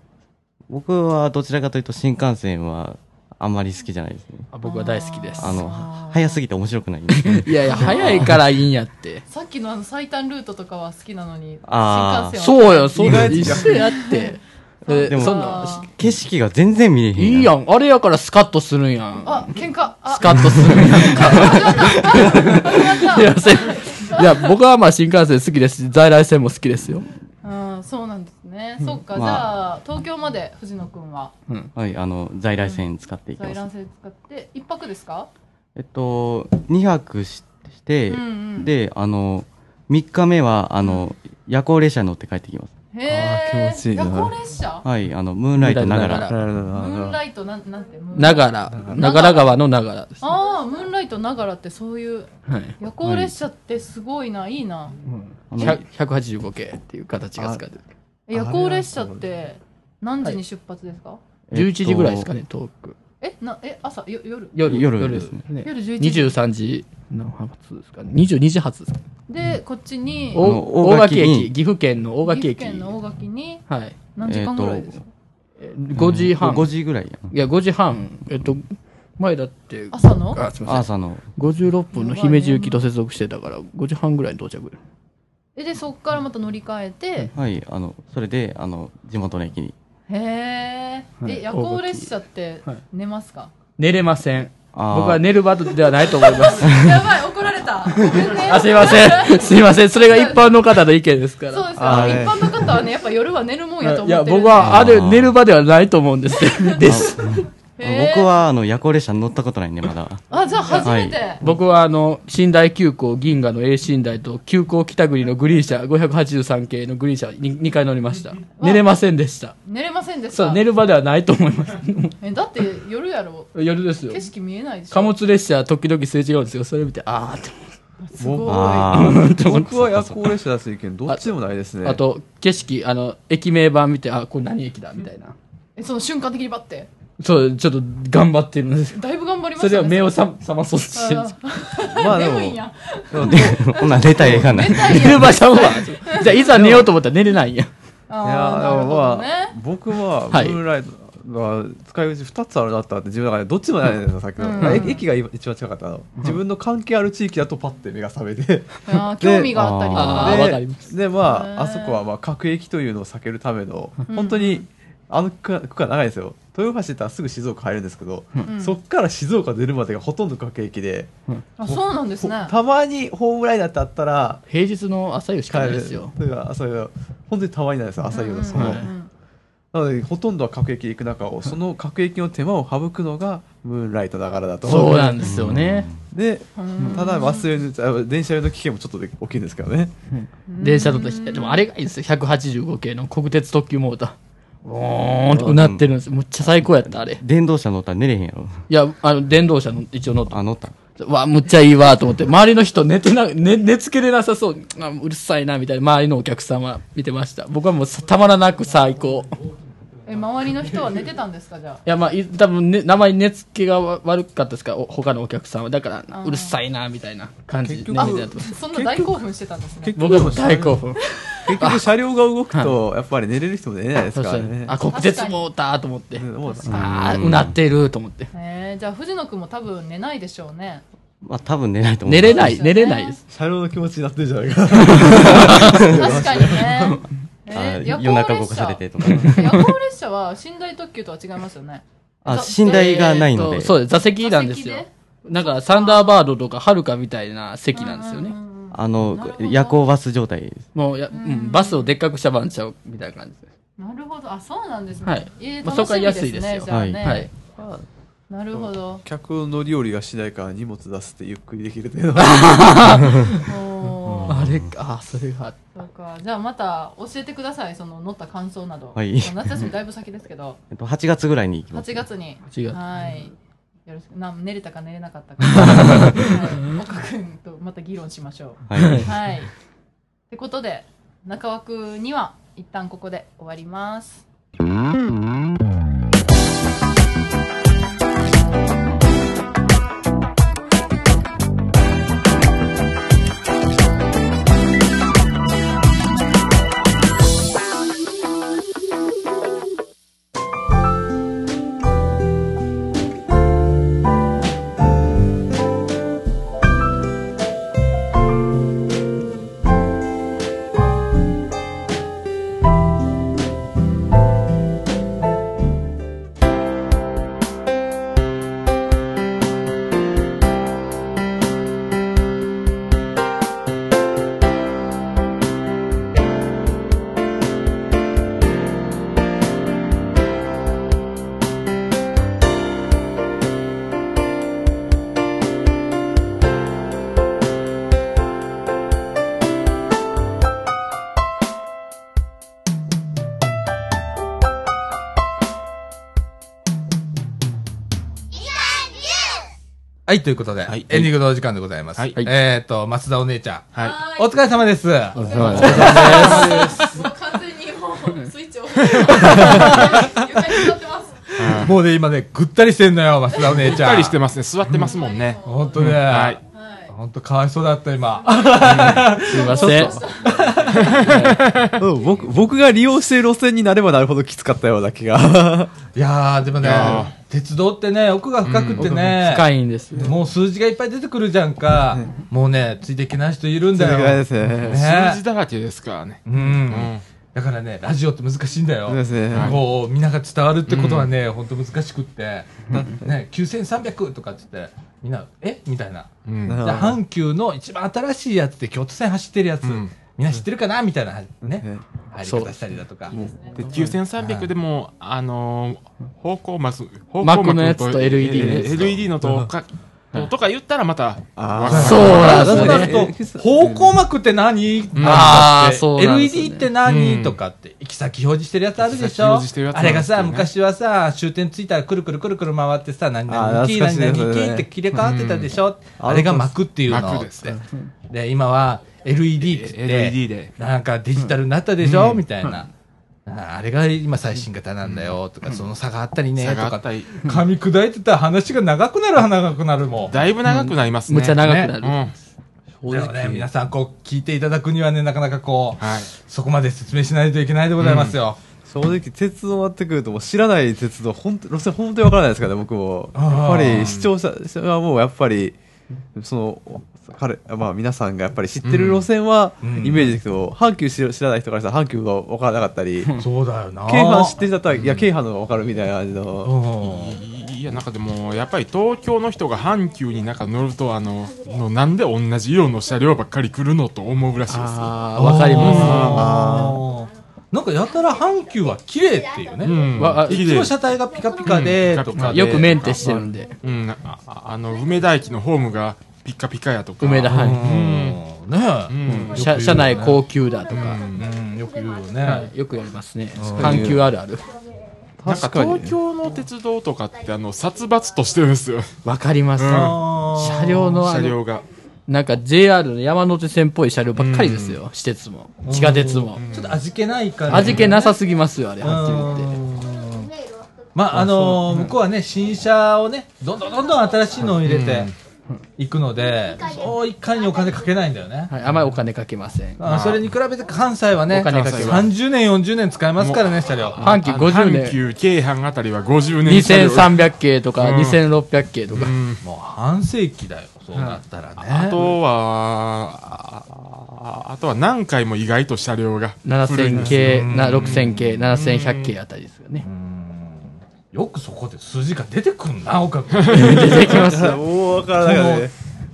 F: 僕はどちらかというと新幹線はあんまり好きじゃないですね
B: あ僕は大好きです。
F: あの
C: あー
F: 早すぎて面白くないんですよね
B: いやい や、早いからいいんやって。
C: さっきのあの最短ルートとかは好きなのに新幹線
F: あ
C: は
F: ー
B: そうよ、そう
E: 意
B: よ、
E: 外と
B: 一緒やって。え
F: でも
B: そんな
C: あ
F: 景色が全然見れへん
B: いいやん。あれやからスカッとするんやん。
C: ーあ喧嘩あ
B: スカッとするんやん。
C: った
B: いや、せいや僕はまあ新幹線好きですし、在来線も好きですよ。
C: うんそうなんですね、そっか、
F: ま
C: じ
F: あ
C: ゃあ東京まで藤野くんは
F: はい、あの、在来線使っていき
C: 在
F: ま
C: 来
F: す。
C: 線使って一泊ですか
F: えっと、2泊しして、
C: うんうん
F: で、あの、3日目は、あの、夜行列車に乗って帰ってきます。
C: へえ
E: あー気持ちいいな
C: 夜行列車
F: はい、あの、ムーンライトなが
B: ムーンライ
F: ら。
E: なるほど
C: ム
E: なるほ
C: ーン
E: ど
C: ライトなんなんてムーン
B: ながら、ながら川のながらです。は
C: ああムーンライトながらってそういう
B: い。
C: 夜行列車ってすごいないいな
F: あの
B: 100 185系っていう形が使ってる。
C: え夜行列車って何時に出発ですか、
B: 11時ぐらいですか。ね、遠く。
C: えなえ朝よ夜
B: 夜、
F: 夜ですね
B: ね
C: 夜11時
B: 23時の発ですかね。22時発ですかね。
C: でこっちに
B: お
F: あの
B: 大
F: 大
B: 垣
F: 垣
B: 駅、
F: に
B: 岐阜県の大垣
C: 岐阜
B: 駅。
C: 県の大垣に
B: はい。
C: 何時間ぐらいですか、
B: え5時半。
F: 5時ぐらいや。
B: いや、5時半。えっと、前だって、
C: 朝の
B: あ、すみません。
F: 朝の。
B: 56分の姫路行きと接続してたから、5時半ぐらいに到着。
C: えでそこからまた乗り換えて、
F: はい、あの、それで、あの、地元の駅に。
C: へー
B: はい
C: え夜行列車って
B: はい
C: 寝ますか、
B: 寝れません。
F: あー
B: 僕は寝る場ではないと思います。
C: やばい怒られたごめんね
B: あ、 すいませ ん。すいません。それが一般の方の意見ですから。
C: そうですよ一
E: あーね
C: 般の方はねやっぱ夜は寝るもんやと思ってる
B: いや、僕は、あれ、寝る場ではないと思うんです。 です。
C: へー
F: 僕は、あの、夜行列車に乗ったことないんで、まだ。
C: あじゃあ初めて、
B: 僕は、あの、寝台急行銀河の A 寝台と、急行北国のグリーン車、583系のグリーン車に2回乗りました。寝れませんでした。
C: 寝れませんでし
B: そ
C: た
B: う、寝る場ではないと思います。
C: えだって夜やろ
B: 夜ですよ
C: 景。色見えないでしょ
B: 貨物列車、時々すれ違うんですよ。それ見て、あーって。
C: すごい
F: あ
E: 僕は夜行列車だし意見どっちでもないですね
B: あと、景色、あの、駅名板見て、あ、これ何駅だみたいな。
C: えその瞬間的にバッて
B: そう、ちょっと頑張ってるんです
C: だいぶ頑張りまし
B: そ
C: たね
B: れは目をさ覚まそうとしてるんです
C: あ
E: まあ
C: ー
E: で
C: 眠
E: も
C: いんや
F: あ。こんなん出たらええかな。
B: 寝る場所は、じゃあいざ寝ようと思ったら寝れないんや。
E: いや
C: あー
E: ー
C: なる
E: で
C: ほ
E: も
C: ど
E: ま
C: ね
E: あ僕はム
B: はい
E: ーンライトは使い道2つあるなったって自分の中でどっちもないじゃないですかさっきの、
C: うん
E: まあ駅駅が一番近かったの、自分の関係ある地域だとパッて目が覚めて
C: あー興味があったりと
B: あー
C: か
B: わかります
E: でま
C: へー
E: ああそこはまあ各駅というのを避けるための
C: うん
E: 本当にあの区間区間長いですよ豊橋行ったらすぐ静岡入るんですけど、
C: ん
E: そっから静岡出るまでがほとんど各駅で、
C: あそうなんですね
E: ほたまにホームライナーってあったら
B: 平日の朝夕し
E: 帰
B: かない
E: る
B: ですよ。
E: というかそういう本当にたまになんですよ朝夕のそ
C: うんう
E: の、
C: んうん
E: なのでほとんどは各駅行く中をその各駅の手間を省くのがムーンライトだからだと
B: そうなんですよね。
E: で
C: うん
E: ただバス用のあ電車用の危険もちょっとで大きいんですけどね
B: 電車だと、でもあれがいいですよ。185系の国鉄特急モーター。おーんとうなってるんですよ。むっちゃ最高やった、あれ。い
F: 電動車乗ったら寝れへんやろ。
B: や、あの、電動車の一応乗った。
F: あ、乗った。
B: わ、むっちゃいいわと思って、周りの人寝てな、寝、寝つけれなさそう。あうるさいな、みたいな、周りのお客様見てました。僕はもうさたまらなく最高。
C: え周りの人は寝てたんですかじゃ
B: いやまあい多分ね名前寝つきがわ悪かったですからお他のお客さんはだから
C: あー
B: うるさいなみたいな感じで
E: 結局
B: 寝てやってま
C: あ
B: す
C: そんな大興奮してたんですね
B: 僕はもう大興奮
E: 結局車両が動くとやっぱり寝れる人も寝れないです
B: そう
E: か
B: そ
E: ら
B: う
E: ね
B: あ国鉄モーターと思って
E: うんもう
B: ああうなってると思って
C: えーじゃあ藤野くんも多分寝ないでしょうね
F: まあ、多分寝ないと思う。
B: 寝れ
F: い。
B: な
C: そ
B: いう寝
C: ですよ
B: れ
C: ね
B: ないです
E: 車両の気持ちになってるじゃないかな
C: 確かにねえー夜
F: 夜中動
C: 行列
F: かさ
C: 車
F: れてとか。
C: 夜行列車は寝台特急とは違いますよね
F: あ、寝台がないの
B: えー
F: で。
B: とそうです座席なんですよ
C: 座席
B: なんかサンダーバードとかはるかみたいな席なんですよね
C: うん
F: あ
C: なる
F: の
C: ほ、ど
F: 夜行バス状態です。
B: もうや、うん、バスをでっかくした番ちゃうみたいな感じです
C: なるほどあそうなんですね、
B: はい
C: えー
B: まあ
C: 楽しみ
B: そこは安いですよ
C: じゃあね、
B: はい
C: なるほど
E: 客の乗り降りがしないから荷物出すってゆっくりできるというの
C: お
E: は
C: ー
B: あれかあーそれが
C: そうかじゃあまた教えてくださいその乗った感想など、
F: はい
C: 夏休みだいぶ先ですけ ど
F: えっと、8月ぐらいに行きます。
C: 8月に
B: 8月
C: はいよろしくな寝れたか寝れなかったか、はい、岡君とまた議論しましょ。
F: はいう
C: はいってことで中枠には一旦ここで終わります
G: 「
A: はい、ということで、
D: はい
A: エンディングのお時間でございます。
D: はい
A: えっ、ー、と、松田お姉ちゃん、
D: はい。
C: は
A: お疲れ様です。
C: ーい。もう完全にもうスイッ チオフ。床に座ってます。
A: もうね、今ね、ぐったりしてんのよ、松田お姉
D: しっ
A: ちゃん。
D: かりしてますね。座ってますもんね。
A: ほんとね、
D: はい。
C: はい。
A: ほんとかわいそうだった、今。
B: すいません。
E: うん僕僕が利用している路線になればなるほどきつかったような気が
A: いやー、でもね
D: いや、
A: 鉄道ってね、奥が深くってね、
B: 深いんですよ。
A: もう数字がいっぱい出てくるじゃんか。もうね、ついていけない人いるん
E: それぐ
A: だ
E: らい
A: よ。
E: ですね
A: ね
D: 数字だらけですからね。
A: うん
D: う。ん。
A: だからね、ラジオって難しいんだよ
E: そう。ですね、
D: はい
A: こう、みんなが伝わるってことはね、ほんと難しくって。ね、9300とかって言って、みんな、えみたいな。
D: うん。
A: じゃあ阪急の一番新しいやつで京都線走ってるやつ、
D: うん
A: みんな知ってるかなみたいな、ね、入り
B: そう
A: 方したりだとか。
D: で、9300でも、あのー、方向幕、方向
B: 幕のやつと LED のやつと
D: LED のと、か、とか言ったらまた、
E: あ
D: わ
E: ー
B: そうなんです
A: そ
B: ね。
A: うすると方向幕って何、
D: ん
A: あ
B: あーそうなんですね
A: LED って何、
D: うん
A: とかって行き先表示してるやつあるでし
D: 行き先
A: ょ
D: 表示してるやつ
A: あれがさ、
D: なんです
A: 昔はさ終点ついたらくるくるくるくる回ってさ何
E: あー
A: 々キー
E: 懐かし
A: 何
E: いですね
A: 々キーって切れ替わってたでしょ、
E: うん
A: あれが幕っていうの
D: 幕
A: っ
D: です
A: てで今は LED って言って
D: LED で。
A: なんかデジタルになったでしょ、みたいな。ああれが今最新型なんだよとか、その差があったりね
D: 下
A: と
D: があ
A: か
D: ったり
A: 噛み砕いてたら話が長くなる長くなるもん
D: だいぶ長くなりますね。
B: むっちゃ長くな
D: う
B: る
D: ん。。は
A: でもね皆さんこう聞いていただくにはねなかなかこう、
D: い。
A: そこまで説明しないといけないでございますよ、
E: 正直鉄道になってくるともう知らない鉄道ほんと路線本当にわからないですからね僕も
A: あー
E: やっぱり視聴者はもうやっぱりその彼まあ皆さんがやっぱり知ってる路線は
A: うん
E: イメージですけど、阪急知ら知らない人からしたら阪急が分からなかったり 京
A: そうだよな
E: 阪知ってる人だったらいや京阪の方が分かるみたいな感じ
A: う
E: の
A: ん
D: いや、なんかでも、やっぱり東京の人が阪急になんか乗ると、あの、のなんで同じ色の車両ばっかり来るのと思うらしいです。
B: あーわかりま
A: ますなんかやたら阪急は綺麗っていうね、
D: うん
B: わあ
A: いつも車体がピカピカでとか、
B: す。
D: うん
B: よくメンテしてるんで。
D: うん、あああの、梅田駅のホームがピッカピカやとか。
B: 梅田、
A: うん
B: は
A: ねえ、
D: うん。
B: い。車車内高級だとか、
A: うん、よく言うよね、
B: はいよくやりますね。阪急あるある。
D: なんか
E: 確かに
D: 東京の鉄道とかって、あの、殺伐としてるんですよ。
B: わかります。
A: あー
B: 車両のあ
D: 車
B: の、
D: 両が。
B: なんか JR の山手線っぽい車両ばっかりですよ。私鉄も、地下鉄も。
A: ちょっと味気ないから、
B: 味気なさすぎますよ、あれ、
A: う
B: はっきり言って。
A: んまああのー向こうはね新車をねどんどんどんどん新しいのを入れていくので、そういかにお金かけないんだよね、
B: はい、あまりお金かけません。
A: あーそれに比べて関西はね
B: お金かけます
A: 30年40年使えますからね車両
B: 阪急
D: あの
B: 50
D: 阪
B: 年、
D: 急京阪あたりは50年車両。
B: 2300系とか、2600系とか。
A: もう半世紀だよそうなったらね、
D: あとは、ああとは何回も意外と車両が。
B: 7000系、な6000系、7100系あたりですよね。
A: よくそこで数字が出てくんな岡 君
B: 出てきます。
E: もう分からないからね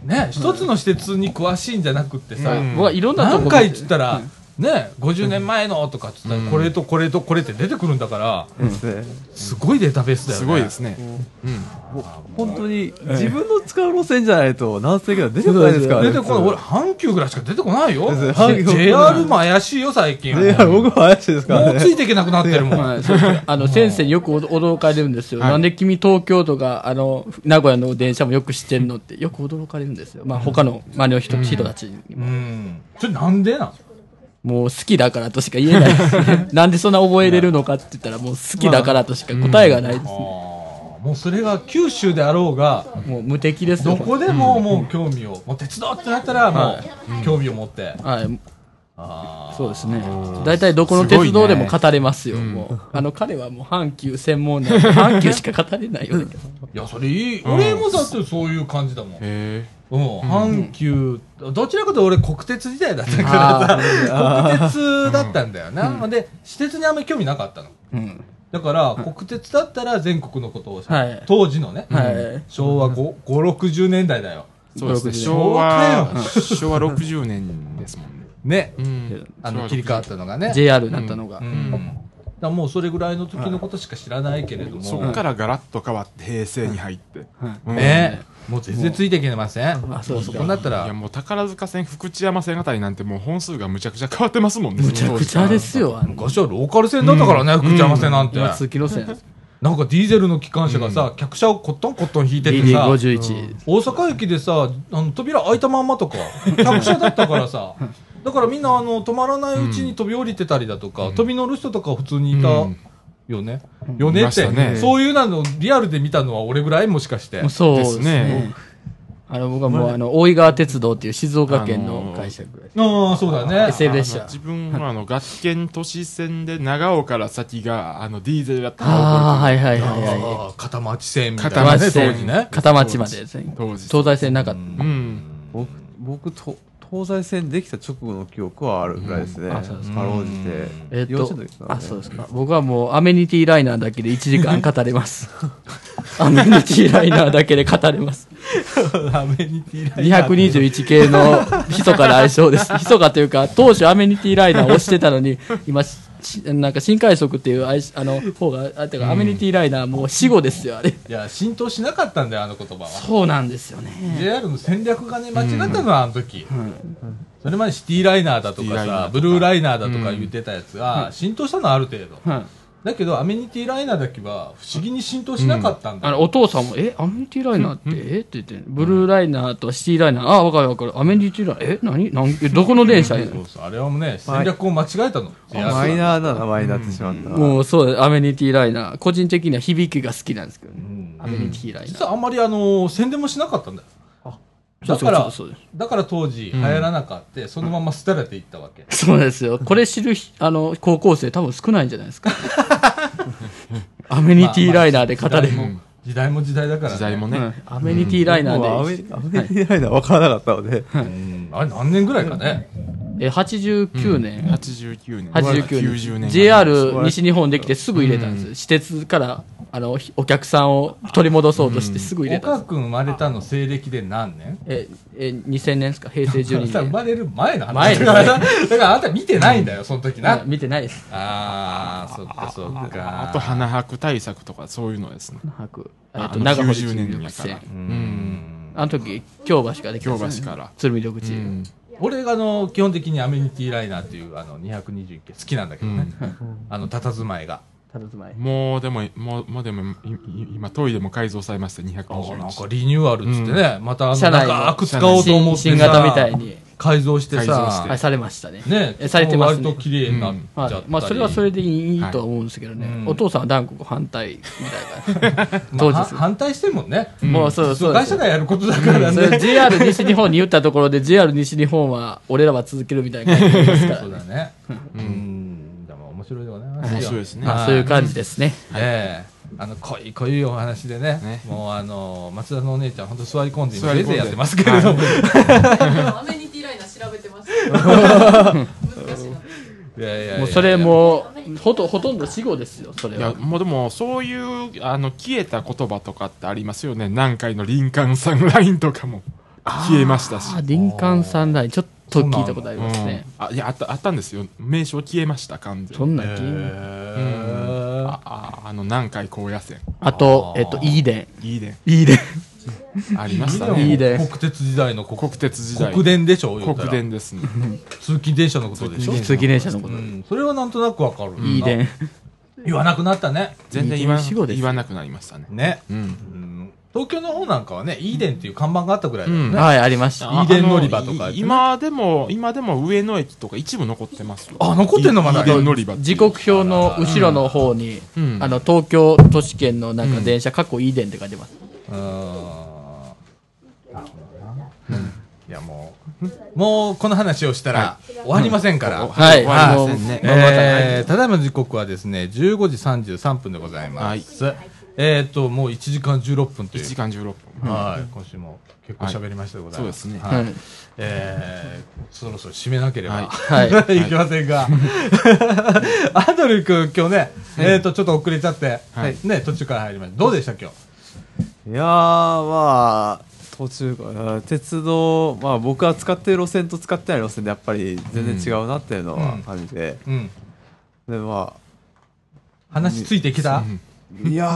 A: ね一つの施設に詳しいんじゃなくってさ、
D: ん
B: 僕はいろんなとこ
A: 何回っつったら、ね、50年前のとかっつったら、これとこれとこれって出てくるんだから、
E: ですね
A: すごいデータベースだよね。
D: すごいですね。
E: 本当に自分の使う路線じゃないと何世紀か出てこないですからね
A: 出てこない、俺、阪急ぐらいしか出てこないよ。
E: です阪急
A: JR も怪しいよ、最近。
E: いや僕も怪しいですから
A: も
E: ね
A: うついていけなくなってるもん。
B: はいそうですあの先生によくお驚かれるんですよ、
D: はい
B: なんで君、東京とかあの名古屋の電車もよく知ってるのって、よく驚かれるんですよ、まあ他の周りの人,、人たちに
A: う
B: も、
A: ん。それなんでなん
B: もう好きだからとしか言えないで すね、なんでそんな覚えれるのかって言ったら、もう好きだからとしか答えがないですね、
A: あーもうそれが九州であろうが、
B: もう無敵ですよ
A: ど、こでももう興味を、もう鉄道ってなったらもう興味を持って。
B: はい、
A: あ
B: そうですね、大体どこの鉄道でも語れますよ、もうあの彼はもう阪急専門なんで、阪急しか語れないようだけ ど、
A: ーいや、それいい。俺もだってそういう感じだもん。
D: へ
A: うん、阪急、どちらかというと俺国鉄時代だったからさ、国鉄だったんだよな。で、私鉄にあんまり興味なかったの。
B: うん
A: だから、国鉄だったら全国のことをさ、
B: はい
A: 当時のね、
B: はい、
A: 昭和5、5、60年代だよ。
D: え。そうですね。
B: 60
D: 昭
A: 昭和
D: 和、昭和60年ですもん
A: ね。
D: ね。うん
A: あの、切り替わったのがね。
B: JR だったのが。
A: うん。だからもうそれぐらいの時のことしか知らないけれども。
D: そっからガラッと変わって平成に入って、うん
A: ね。もう全然ついていけません。
B: あそうです
A: そ
B: か
A: こになった
D: いや
A: ら、
D: もう宝塚線福知山線あたりなんてもう本数がむちゃくちゃ変わってますもんね
B: むちゃくちゃですよ、あの、
A: 昔はローカル線だったからね、福知山線なんて。
B: 今通勤路線です。
A: なんかディーゼルの機関車がさ、客車をコットンコットン引いててさ、
B: DD51。
A: 大阪駅でさあの扉開いたまんまとか客車だったから さだからみんなあの止まらないうちに飛び降りてたりだとか、飛び乗る人とか普通にいた
D: うん
A: よね、よねって、
D: いましたね
A: そういうなのリアルで見たのは俺ぐらいもしかして、
B: そうです
D: です
B: ね
D: ね。
B: あの、僕はもう、あの、大井川鉄道っていう静岡県の会社ぐらい。
A: ああそうだね
B: SF 列
D: あの
B: 車。
D: 自分はあの、学研都市線で長尾から先が、あの、ディーゼルだったのを
B: あ
D: 覚えて
B: あ、
D: ます
B: はいはい
A: あ
B: はいはい。
A: あ片町線みたい
B: 片
A: なね
B: 町
A: 当
B: 線
A: 時ね
B: 片町までですね。
D: 当時。
B: 東西線なかった。
D: うん。
E: 僕僕と東西線できた直後の記憶はあるぐらいですね、
B: うんあそうです
E: かろうじて、
B: えっ
E: 幼
B: と
E: 稚園の時か、な
B: あ、そうですか。僕はもうアメニティライナーだけで1時間語れ ます。アメニティライナーだけで語れます。
A: アメニティライナーっていう
B: 221系の密かな愛称 です。密かというか、当初アメニティライナーを押してたのに、今、しなんか新快速っていう愛しあの方が、あてかアメニティライナーもう死後ですよ、あれ。
A: いや浸透しなかったんだよあの言葉は
B: そうなんですよね。
A: JR の戦略がね間違ったのはあの時、それまでシティライナーだとかさブルーライナーだとか言ってたやつが、浸透したのはある程度、
B: はい
A: だけどアメニティライナーだけは不思議に浸透しなかったんだ
B: あ
A: よ、
B: のお父さんも、え、アメニティライナーって、えって言って、ブルーライナーとシティライナー、あ、わかるわかる、アメニティライナー、え、何何えどこの電車や
A: そうそうあれはもうね戦略を間違えたの、いや
E: マイナーな名前になってしまった、
B: もうそう、アメニティライナー。個人的には響きが好きなんですけどね。アメニティライナー。
A: 実はあんまりあの宣伝もしなかったんだよだか
B: そう
A: ら
B: そうそうそう
A: だから当時流行らなかった、そのまま捨てられていったわけ、
B: そうですよ。これ知るひあ の高校生多分少ないんじゃないですか。アメニティライナーで語れる。
A: まあまあ時代も時代だから、ね、
D: 時代も
B: う
D: ね。
B: んアメニティライナ
E: もうア
B: ー
E: メ
B: で、
E: アメリカ以外は分からなかったので、
A: うんあれ何年ぐらいかね、
B: え89年、
D: 89年。
B: 89
D: 90
B: 年、
D: 年。
B: JR 西日本できてすぐ入れたんですよ。私鉄からあのひお客さんを取り戻そうとしてすぐ入れたん
A: 岡
B: です。
A: 君生まれたの西暦で何年
B: ええ2000年ですか平成12
A: さ生
B: 年。
A: まれる前の話
B: 前
A: だから だからあなた見てないんだよその時な、
B: あ見てないです。
A: ああそっかそっか
D: あと、花博対策とか、そういうのですね。
B: 白えっ
D: あ
B: と
D: の
B: 長堀
D: 90
B: 中
D: 年だ
B: 緑
D: か
B: 線
D: ら。。うん。
B: あの時京橋からできたんですよ
D: 京
B: ね
D: 橋から
B: 鶴見緑地、
D: うん
A: 俺があの基本的にアメニティライナーっていうあの221系好きなんだけどね、あの佇まいが
B: たたずまい
D: もうでも、もう、もうでも、いい今、トイレも改造されまして、
A: あーなんか
D: 220。
A: リニューアルっつってね、またあの
B: 社内の
A: 長く使おうと思ってさ
B: 新新型みたいに
A: 改造して
D: 改造
A: さ
D: して
B: はいされましたね
A: ね
B: えされてますね
A: 割と綺麗になっちゃ
B: は
A: ったり、
B: い、まあそれはそれでいい
D: はい
B: とは思うんですけどね、
A: うん
B: お父さんは断固反対みたいな、
A: まあ
B: 当時
A: は反対してもね、
B: もうそうそう
A: 会社がやることだから
B: そ
A: ね、
B: れ JR 西日本に言ったところで JR 西日本は俺らは続けるみたいな感じですから
A: そうだね。うん。でも面白いでございますよ。
D: 面白いですね。
B: まあそういう感じですね、
A: ええあの、濃い濃いお話でね。
D: ね
A: もうあの、松田のお姉ちゃん、本当座り込んで、今
D: 座り込ん
A: 先
D: で
A: 生やってますけれども。
C: アメニティライナー調べて ました。難しいな。
A: いやいやいや
B: もうそれ。もほとほとんど死後ですよそれ
D: いや
B: は
D: もうでもそういうあの消えた言葉とかってありますよね南海の林間さんラインとかも消えましたし
B: あ林間三ンラインちょっと聞いたことあり
D: うん
B: ますね
D: あいやあったあったんですよ名称消えました完全
B: そ
D: に
B: んな
A: へ
B: ん聞い
A: え
D: あああの南海高野線
B: あと、えっと、イーデン。
D: いいね
B: イー デン。
D: ありました
A: いい
B: い
D: ね
B: いね
A: 国鉄時代の国
D: 国鉄時代
A: 国電でしょ言
D: 国
A: ったら
D: 電ですね
A: 通勤電車のことでしょ
B: 通勤電車のこ
A: う
B: と。
A: んそれはなんとなくわかる。
B: イーデン。
A: 言わなくなったね。
D: 全然言わ
B: いいね死後です
D: 言わなくなりましたね
A: ね。
D: うん
A: うん東京の方なんかはね、イーデンっていう看板があったぐらいだよね。
B: はい、ありました。
A: 遺伝乗り場とか
D: あのい
A: ね
D: 今でも今でも上野駅とか一部残ってますよ
A: あ残ってんのまだ
D: 遺伝乗り場っていう
B: 時刻表の後ろの方に、
D: うん
B: あの東京都市圏のなんか電車、過去イーデンって書いてます。
A: うーんなるほどなうんいやもう、もうこの話をしたら終わりませんから。
B: はい
D: 終わりませんね
A: えーただいま時刻はですね、15時33分でございます。えっと、もう1時間16分とい
D: 1時
A: う。
D: 間16分
A: はい、今週も結構喋りましたでございます。
D: はいそうです
A: は
B: はい
A: い。えーそろそろ締めなければ、
B: はい
A: い、けませんが、 アドル君、今日ね、えっと、ちょっと遅れちゃって、
D: はい
A: ね、途中から入りました。どうでした、今日。
E: いやーまあ途中かな鉄道まあ僕は使ってる路線と使ってない路線でやっぱり全然違うなっていうのは感じて、
A: うん。
E: でま
A: 話ついてきた、
E: あいや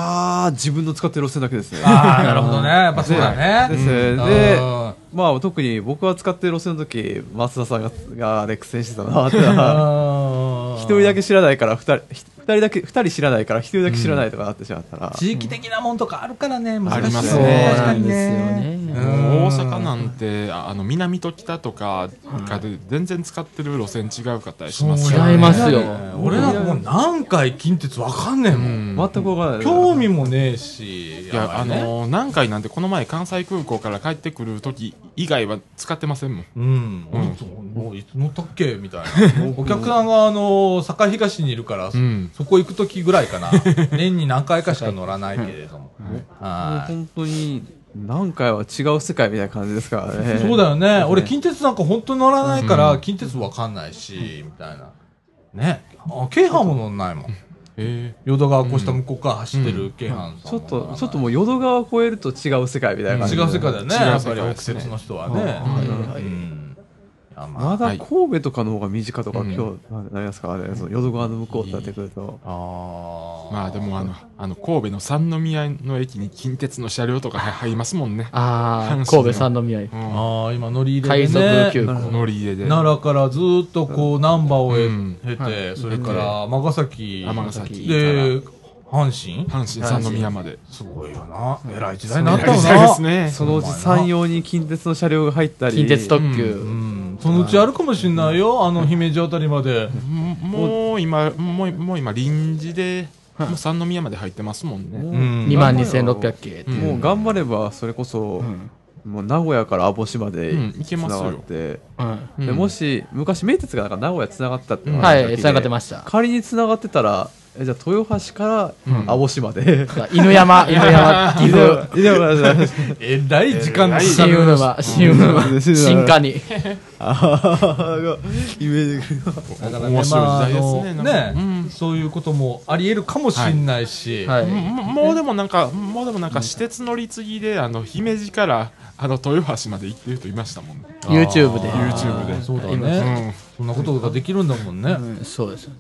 E: ー自分の使ってる路線だけで すね
A: ああ、なるほどね。やっぱそうだ
E: で
A: ね。
E: す
A: うん
E: で
A: うん
E: まあ特に僕は使ってる路線の時 松田さんがが苦戦してたなってのは一人だけ知らないから二人ひ二人だけ、二人知らないから、一人だけ知らないとかなってしまったら、
A: 地域的なもんとかあるからね、
D: あ
A: 難し
D: り
A: いよ
D: ます
B: そう
D: ね
B: な
A: 確か
B: ん
A: に
B: です
A: ね。
B: よね。
A: う
D: 大
A: ん
D: 阪なんてああの南と北とかかで全然使ってる路線違うかったりします
B: 違いますよ
A: 俺なんかもう何回近鉄わかんねえも。
D: うんん
E: 全く分からない。
A: 興味もねえし。
D: いや、
A: ば
D: あ
A: いね、
D: のー、何回なんてこの前関西空港から帰ってくる時以外は使ってませんもん。
A: うん。もういつ乗ったっけみたいな。お客さんがあのー、境東にいるから、
D: ん。
A: そこ行くときぐらいかな。年に何回かしか乗らないけれども。
E: もう
A: はい。
E: 本当に、何回は違う世界みたいな感じですからね。
A: そう
E: だ。
A: だよね。俺、近鉄なんか本当に乗らないから、近鉄わかんないし、みたいな。ね。あ、京阪も乗んないもん。
D: え
A: 淀川越した向こうから走ってる京阪さん
E: ちょ
A: も
E: っ
A: 乗らな
E: と、
A: い
E: ちょっともう淀川を越えると違う世界みたいな感じ。
A: 違う世界だよね。
D: 違う世界
A: やっぱり
D: で
A: 奥
D: すね
A: 説の人はね。はいうんいやま
E: ま
A: あ
E: だ神戸とかの方が短とか、
D: はい
E: 今日、ななりますからね。その淀川の向こうってなってくると。
A: あー
D: まあでもあの、あの、神戸の三宮の駅に近鉄の車両とかは入りますもんね。
B: ああ、
D: 阪神
B: 神
D: の
B: 戸三宮。
D: うん。
A: あー、今乗り入れ
B: 海
A: で
B: 賊急
A: ね。
B: 行。
D: 乗り入れで。
A: 奈良からずーっとこう、難波を
D: う
A: 経
D: ん
A: 経て、それから尼崎、
D: 尼崎
A: で、阪神
D: 阪神三宮まで。
A: すごいよな。えらい時代になったよ
D: 時代です
A: な。
D: ね。
E: そのうち山陽に近鉄の車両が入ったり。
B: 近鉄特急。
A: うんそのうちあるかもしんないよ。あの姫路あたりまで。
D: もう今、もうもう今臨時で、もう三宮まで入ってますもんね。
A: うん
B: 2万2600系。
D: うん
E: もう頑張れば、それこそ、もう名古屋から網走まで
D: うん行けますよ
E: 繋がって、
B: うん
D: うん
E: でもし、昔、名鉄がなんか名古屋繋がったって、
B: はい、繋がって
E: す。
B: ました。
E: 仮に繋がってたら、えじゃあ豊橋から網走まで。
B: 犬山、犬山、岐阜、
E: いや、まあまあまあ
A: えらい時間だ
B: 新宇沼、新宇
E: うん
B: 沼、新加に。
E: あーイメージが。
A: だから
D: 面
A: ね、
D: 白い
A: まあ、あ
D: 時代です
A: の
D: ねなん
A: ね
D: かうん
A: そういうこともありえるかもしれないし、
B: はい。
D: ももうでもなんか、もうでもなんか、私鉄乗り継ぎで、あの、姫路から、あの、豊橋まで行ってる人いましたもんね。
B: YouTube で。
D: YouTube で
A: そうだ
B: 今
A: ね、そんなことができるんだもんね。
B: うんそうです。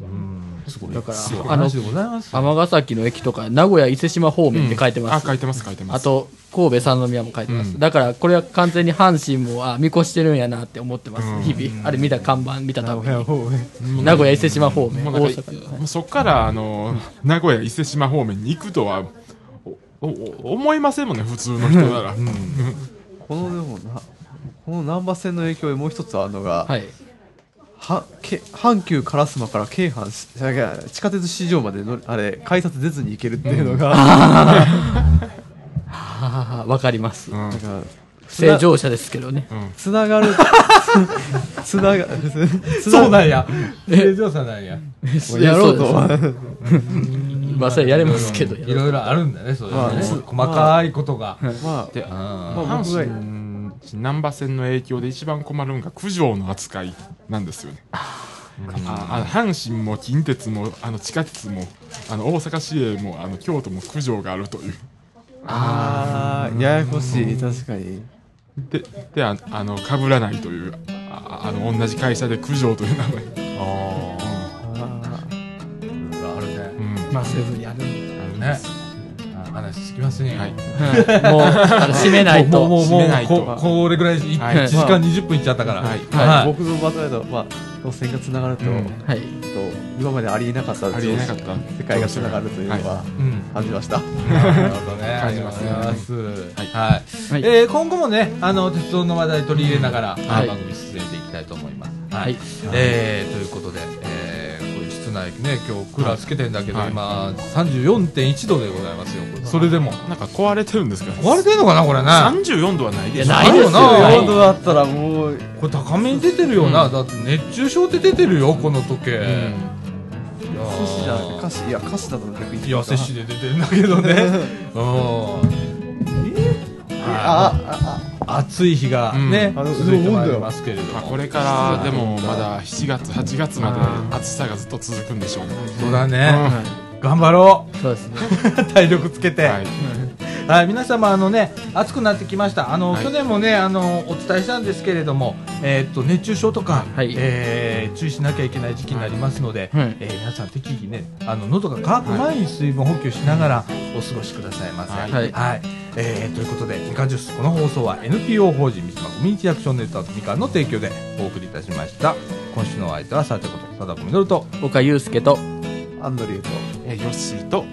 A: すごい
B: だから
A: すごい
B: あの
A: 話でございます。
B: 尼崎の駅とか、名古屋、伊勢島方面って書いてま
D: あ、
B: す。
D: 書いてます、書いてま
B: あ
D: す。
B: と、神戸、三宮も書いてます。
D: うん
B: だから、これは完全に阪神も、あ、見越してるんやなって思ってます。
D: うん
B: 日々。あれ見た看板、見たたびに。
D: もう
B: 名古屋、伊勢島方面、
D: も
B: 大
D: うなんか
B: 阪。
D: もうそこから、あの、名古屋、伊勢島方面に行くとは、おお思いませんもんね、普通の人 なら。
E: このでもな、この難波線の影響でもう一つあるのが、
B: はい。
E: はけ阪急烏丸から京阪しいや地下鉄市場までのあれ改札出ずに行けるっていうのが、
B: はははわかります。
D: うん
E: なんか
B: 不正乗車ですけどね。
E: つながる つながつ
A: そう
E: な
A: なんや。え、じゃあさなんや。
E: やろうと
B: そうですまあ、それやれますけど、
A: い
B: や
A: ろ
B: ろ
A: いうろあるんだね、そういうのね
E: まあ
A: 細かいことが。
E: まあ、
A: うん
E: まあ、
D: 阪
E: 僕が
D: 神、難波線の影響で一番困るのが九条の扱いなんですよね。ああの阪神も近鉄もあの地下鉄もあの大阪市営もあの京都も九条があるという。
E: あーややこしい確かに
D: ででああの被らないというあああの同じ会社で九条という名前、
A: いろいろあ
E: あ
A: るね。
D: うん
B: まあ、そういうふうにやる。
A: ね。あ話つきませんよ。
D: はい
B: もう、あの閉めない
A: もう、もう、
B: と。
D: 閉
A: もう
D: めない、と
A: ここれぐらい、い
D: はい
A: 1時間20分いっちゃったから。
D: はい
E: あ、
A: はい
E: 僕のバトルだとまあ路線がつながると,、
D: うん
B: はい。
E: と今までありえなかった
D: ありえなかった
E: 世界がつながるというのは
A: うん。
E: 感じました、
A: なるほどね。
D: 感じますね
A: ありがとうございます。は。
B: はいい
A: えー今後もね、あの、鉄道の話題取り入れながら、あの
B: は
A: 番
B: い
A: 組進めていきたいと思います。
B: はい。
A: えーということで、えーこういう室内ね、今日クーラーつけてんだけど、
D: はい
A: 今、34.1度でございますよ。これそれでも。
D: なんか壊れてるんですか
A: 割れてんのかな、これね。
D: 34度はないで
B: い
D: しょ
B: や
A: ないですよ
B: ない
E: 温度だったらもう
A: これ高めに出てるよな。だって熱中症って出てるよ、この時計。いやー
E: 歌詞じゃなくて歌詞いや歌詞だと逆に
A: いや、摂取で出てるんだけどね。うん。ああ、暑い日がね、
E: うんあの
A: 続いてまいりますけれど
D: まあ、
A: も。
D: これからでもまだ7月8月まで暑さがずっと続くんでしょうね
A: そうだね。頑張ろ
B: そうですね。
A: う。体力つけて。
D: は
A: はいい、皆様、あのね、暑くなってきました。あの、
D: はい
A: 去年もね、あの、お伝えしたんですけれども。えーっと、熱中症とか、
B: はい
A: えー注意しなきゃいけない時期になりますので。
B: はい
A: えー皆さん、適宜ね、あの、喉が渇く前に水分補給しながら、お過ごしくださいませ。
D: はい
B: はい
A: はい、えーということで、みかんジュース、この放送は NPO 法人三島コミュニティアクションネットワークみかんの提供でお送りいたしました。今週のお相手は、さあちゃこと、さだこみのると、
B: 岡祐介と、
E: アンドリューと
D: えーヨッシーと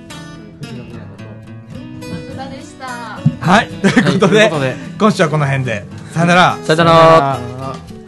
C: 松田でした。
A: はい。ということ
F: という
A: で
F: こ、とで
A: 今週はこの辺で。さよなら。
B: さよなら。
E: あー